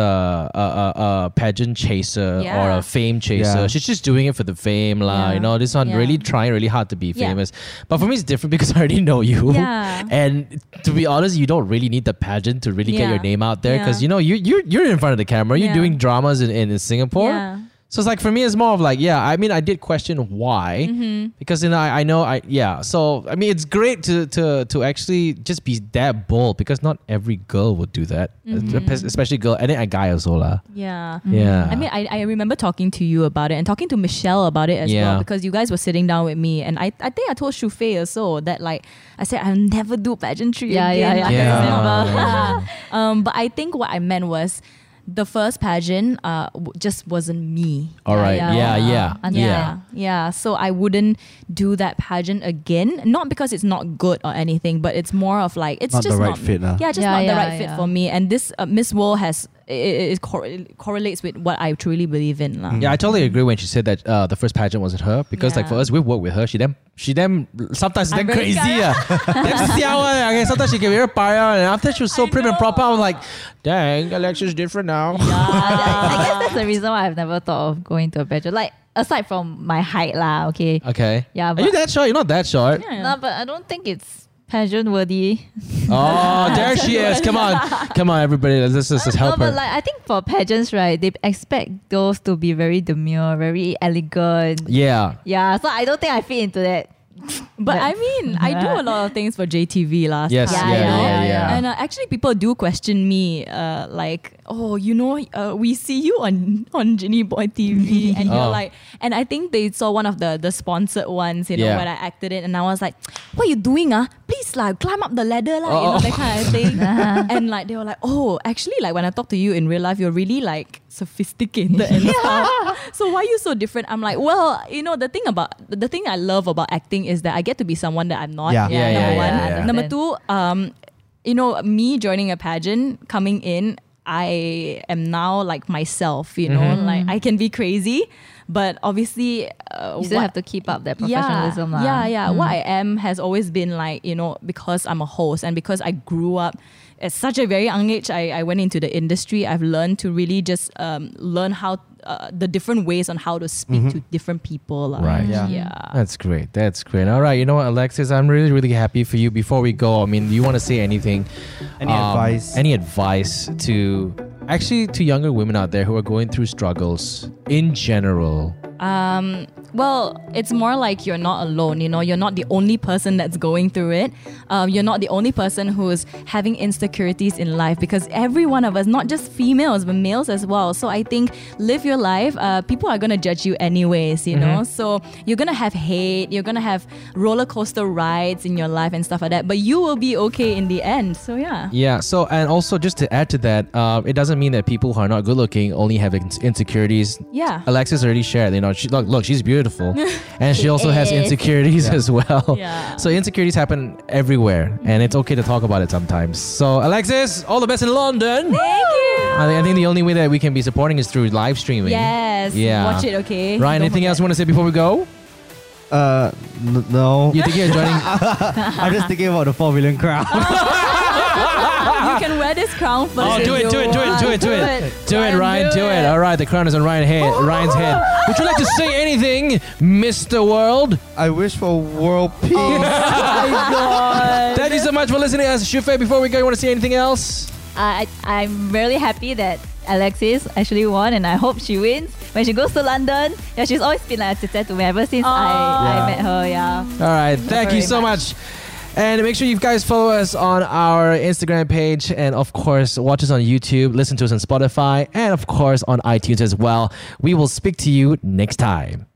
S1: a, a, a pageant chaser
S4: Yeah.
S1: or a fame chaser.
S2: Yeah.
S1: She's just doing it for the fame, lah.
S4: Yeah.
S1: You know, this one
S4: Yeah.
S1: really trying really hard to be
S4: Yeah.
S1: famous. But for me, it's different because *laughs* I already know you.
S4: Yeah.
S1: And to be honest, you don't really need the pageant to really get your
S4: Yeah.
S1: name out there because
S4: Yeah.
S1: you know you you you're in front of the camera. You're
S4: Yeah.
S1: doing dramas in, in Singapore.
S4: Yeah.
S1: So it's like for me, it's more of like, yeah. I mean, I did question why,
S4: Mm-hmm.
S1: because you know, I, I know, I yeah. So I mean, it's great to to to actually just be that bold because not every girl would do that, Espe- especially girl and then a guy also lah.
S4: yeah.
S1: Yeah.
S4: Mm-hmm. I mean, I, I remember talking to you about it and talking to Michelle about it as
S1: Yeah.
S4: well because you guys were sitting down with me and I, I think I told Shufei also that like I said I'll never do pageantry
S3: Yeah,
S4: again.
S3: yeah,
S4: Like,
S1: yeah.
S4: I
S1: Yeah.
S4: remember. *laughs* um, but I think what I meant was the first pageant uh, w- just wasn't me.
S1: All right. Yeah. Yeah. Yeah.
S3: And *laughs*
S4: Yeah. yeah. So I wouldn't do that pageant again. Not because it's not good or anything, but it's more of like it's
S2: Not the
S4: just
S2: right
S4: not
S2: fit, lah.
S4: Yeah, just
S3: Yeah,
S4: not the
S3: yeah,
S4: right fit
S3: yeah.
S4: for me. And this uh, Miss World has it, it, it corre- correlates with what I truly believe in,
S2: Mm.
S4: lah.
S1: Yeah, I totally agree when she said that uh, the first pageant wasn't her because like
S4: Yeah.
S1: for us we work with her. She them she them sometimes she
S4: I'm
S1: them
S4: very
S1: crazy
S4: *laughs*
S1: yeah. them siao one. Okay, sometimes she can be very pariah and after she was so
S4: I
S1: prim and
S4: know.
S1: proper, I'm like, dang, Alexa's different now.
S3: I, I guess that's the reason why I've never thought of going to a pageant. Like aside from my height lah, okay.
S1: Okay. Are
S3: Yeah,
S1: you
S3: but-
S1: that short? You're not that short.
S3: No, but I don't think it's pageant worthy.
S1: Oh, there she is. Come on. Come on, everybody. Let's let's just help
S3: no,
S1: her.
S3: but like I think for pageants, right, they expect those to be very demure, very elegant.
S1: yeah.
S3: Yeah, so I don't think I fit into that.
S4: But I mean, I do a lot of things for JTV last
S1: Yes.
S4: time.
S1: Yeah,
S3: Yeah,
S1: yeah, yeah.
S3: yeah, yeah.
S4: And uh, actually, people do question me, uh, like, "Oh, you know, uh, we see you on on Ginny Boy TV," and
S1: Oh.
S4: you're like, and I think they saw one of the the sponsored ones, you know,
S1: Yeah.
S4: when I acted it, and I was like, "What you doing, ah? Please, like, climb up the ladder, like, you know, that kind of thing." and like, they were like, "Oh, actually, like, when I talk to you in real life, you're really like sophisticated and stuff. So why are you so different?" I'm like, "Well, you know, the thing about the thing I love about acting is that I get to be someone that I'm not.
S2: Yeah. Yeah,
S1: yeah,
S4: number
S1: yeah,
S4: one.
S1: yeah, yeah.
S4: Number two, um, you know, me joining a pageant, coming in, I am now like myself, you know, like I can be crazy, but obviously, uh,
S3: You still
S4: what-
S3: have to keep up that professionalism.
S4: yeah,
S3: lah. Mm.
S4: yeah, yeah. What I am has always been like, you know, because I'm a host and because I grew up at such a very young age, I, I went into the industry. I've learned to really just um, learn how uh, the different ways on how to speak to different people. lah.
S1: Right.
S2: Yeah.
S4: Yeah.
S1: That's great. That's great. All right. You know what, Alexis? I'm really, really happy for you. Before we go, I mean, do you want to say anything? um,
S2: Any advice?
S1: Any advice to actually to younger women out there who are going through struggles in general?
S4: Um, well, it's more like you're not alone. You know, you're not the only person that's going through it. Um, you're not the only person who's having insecurities in life because every one of us, not just females, but males as well. So I think live your life. Uh, people are gonna judge you anyways. You
S1: Mm-hmm.
S4: know, so you're gonna have hate. You're gonna have roller coaster rides in your life and stuff like that. But you will be okay in the end. So yeah.
S1: Yeah. So, and also just to add to that, uh, it doesn't mean that people who are not good looking only have ins- insecurities.
S4: Yeah.
S1: *laughs* Alexis already shared, you know, she, look, look, she's
S4: *laughs*
S1: beautiful, and she also has
S3: is.
S1: insecurities as well.
S4: Yeah.
S1: *laughs* So insecurities happen everywhere, and it's okay to talk about it sometimes. So, Alexis, all the best in London.
S4: Thank you.
S1: I think, I think the only way that we can be supporting is through live streaming.
S4: Yes.
S1: Yeah.
S4: Watch it. Okay.
S1: Ryan,
S4: Don't
S1: anything
S4: forget.
S1: else you want to say before we go?
S2: Uh, n- no.
S1: You think you're
S4: *laughs*
S1: joining?
S2: I'm just thinking about the four million crowd.
S4: you can wear this crown first.
S1: oh,
S4: if
S1: do it,
S4: you
S1: do it, do it,
S4: want.
S1: do it, do it. Do it, Ryan, do it. All right, the crown is on Ryan's head. Ryan's head. Would you like to say anything, Mr. World?
S2: I wish for world peace.
S3: *laughs*
S4: Uh,
S1: Thank you so much for listening to us. Shufei, before we go, you want to say anything else?
S3: Uh, I, I'm really happy that Alexis actually won, and I hope she wins when she goes to London. Yeah, she's always been like a sister to me ever since I,
S2: Aw.
S3: I met her. Yeah.
S1: All right, thank you
S4: very
S1: so much. And make sure you guys follow us on our Instagram page and, of course, watch us on YouTube, listen to us on Spotify, and, of course, on iTunes as well. We will speak to you next time.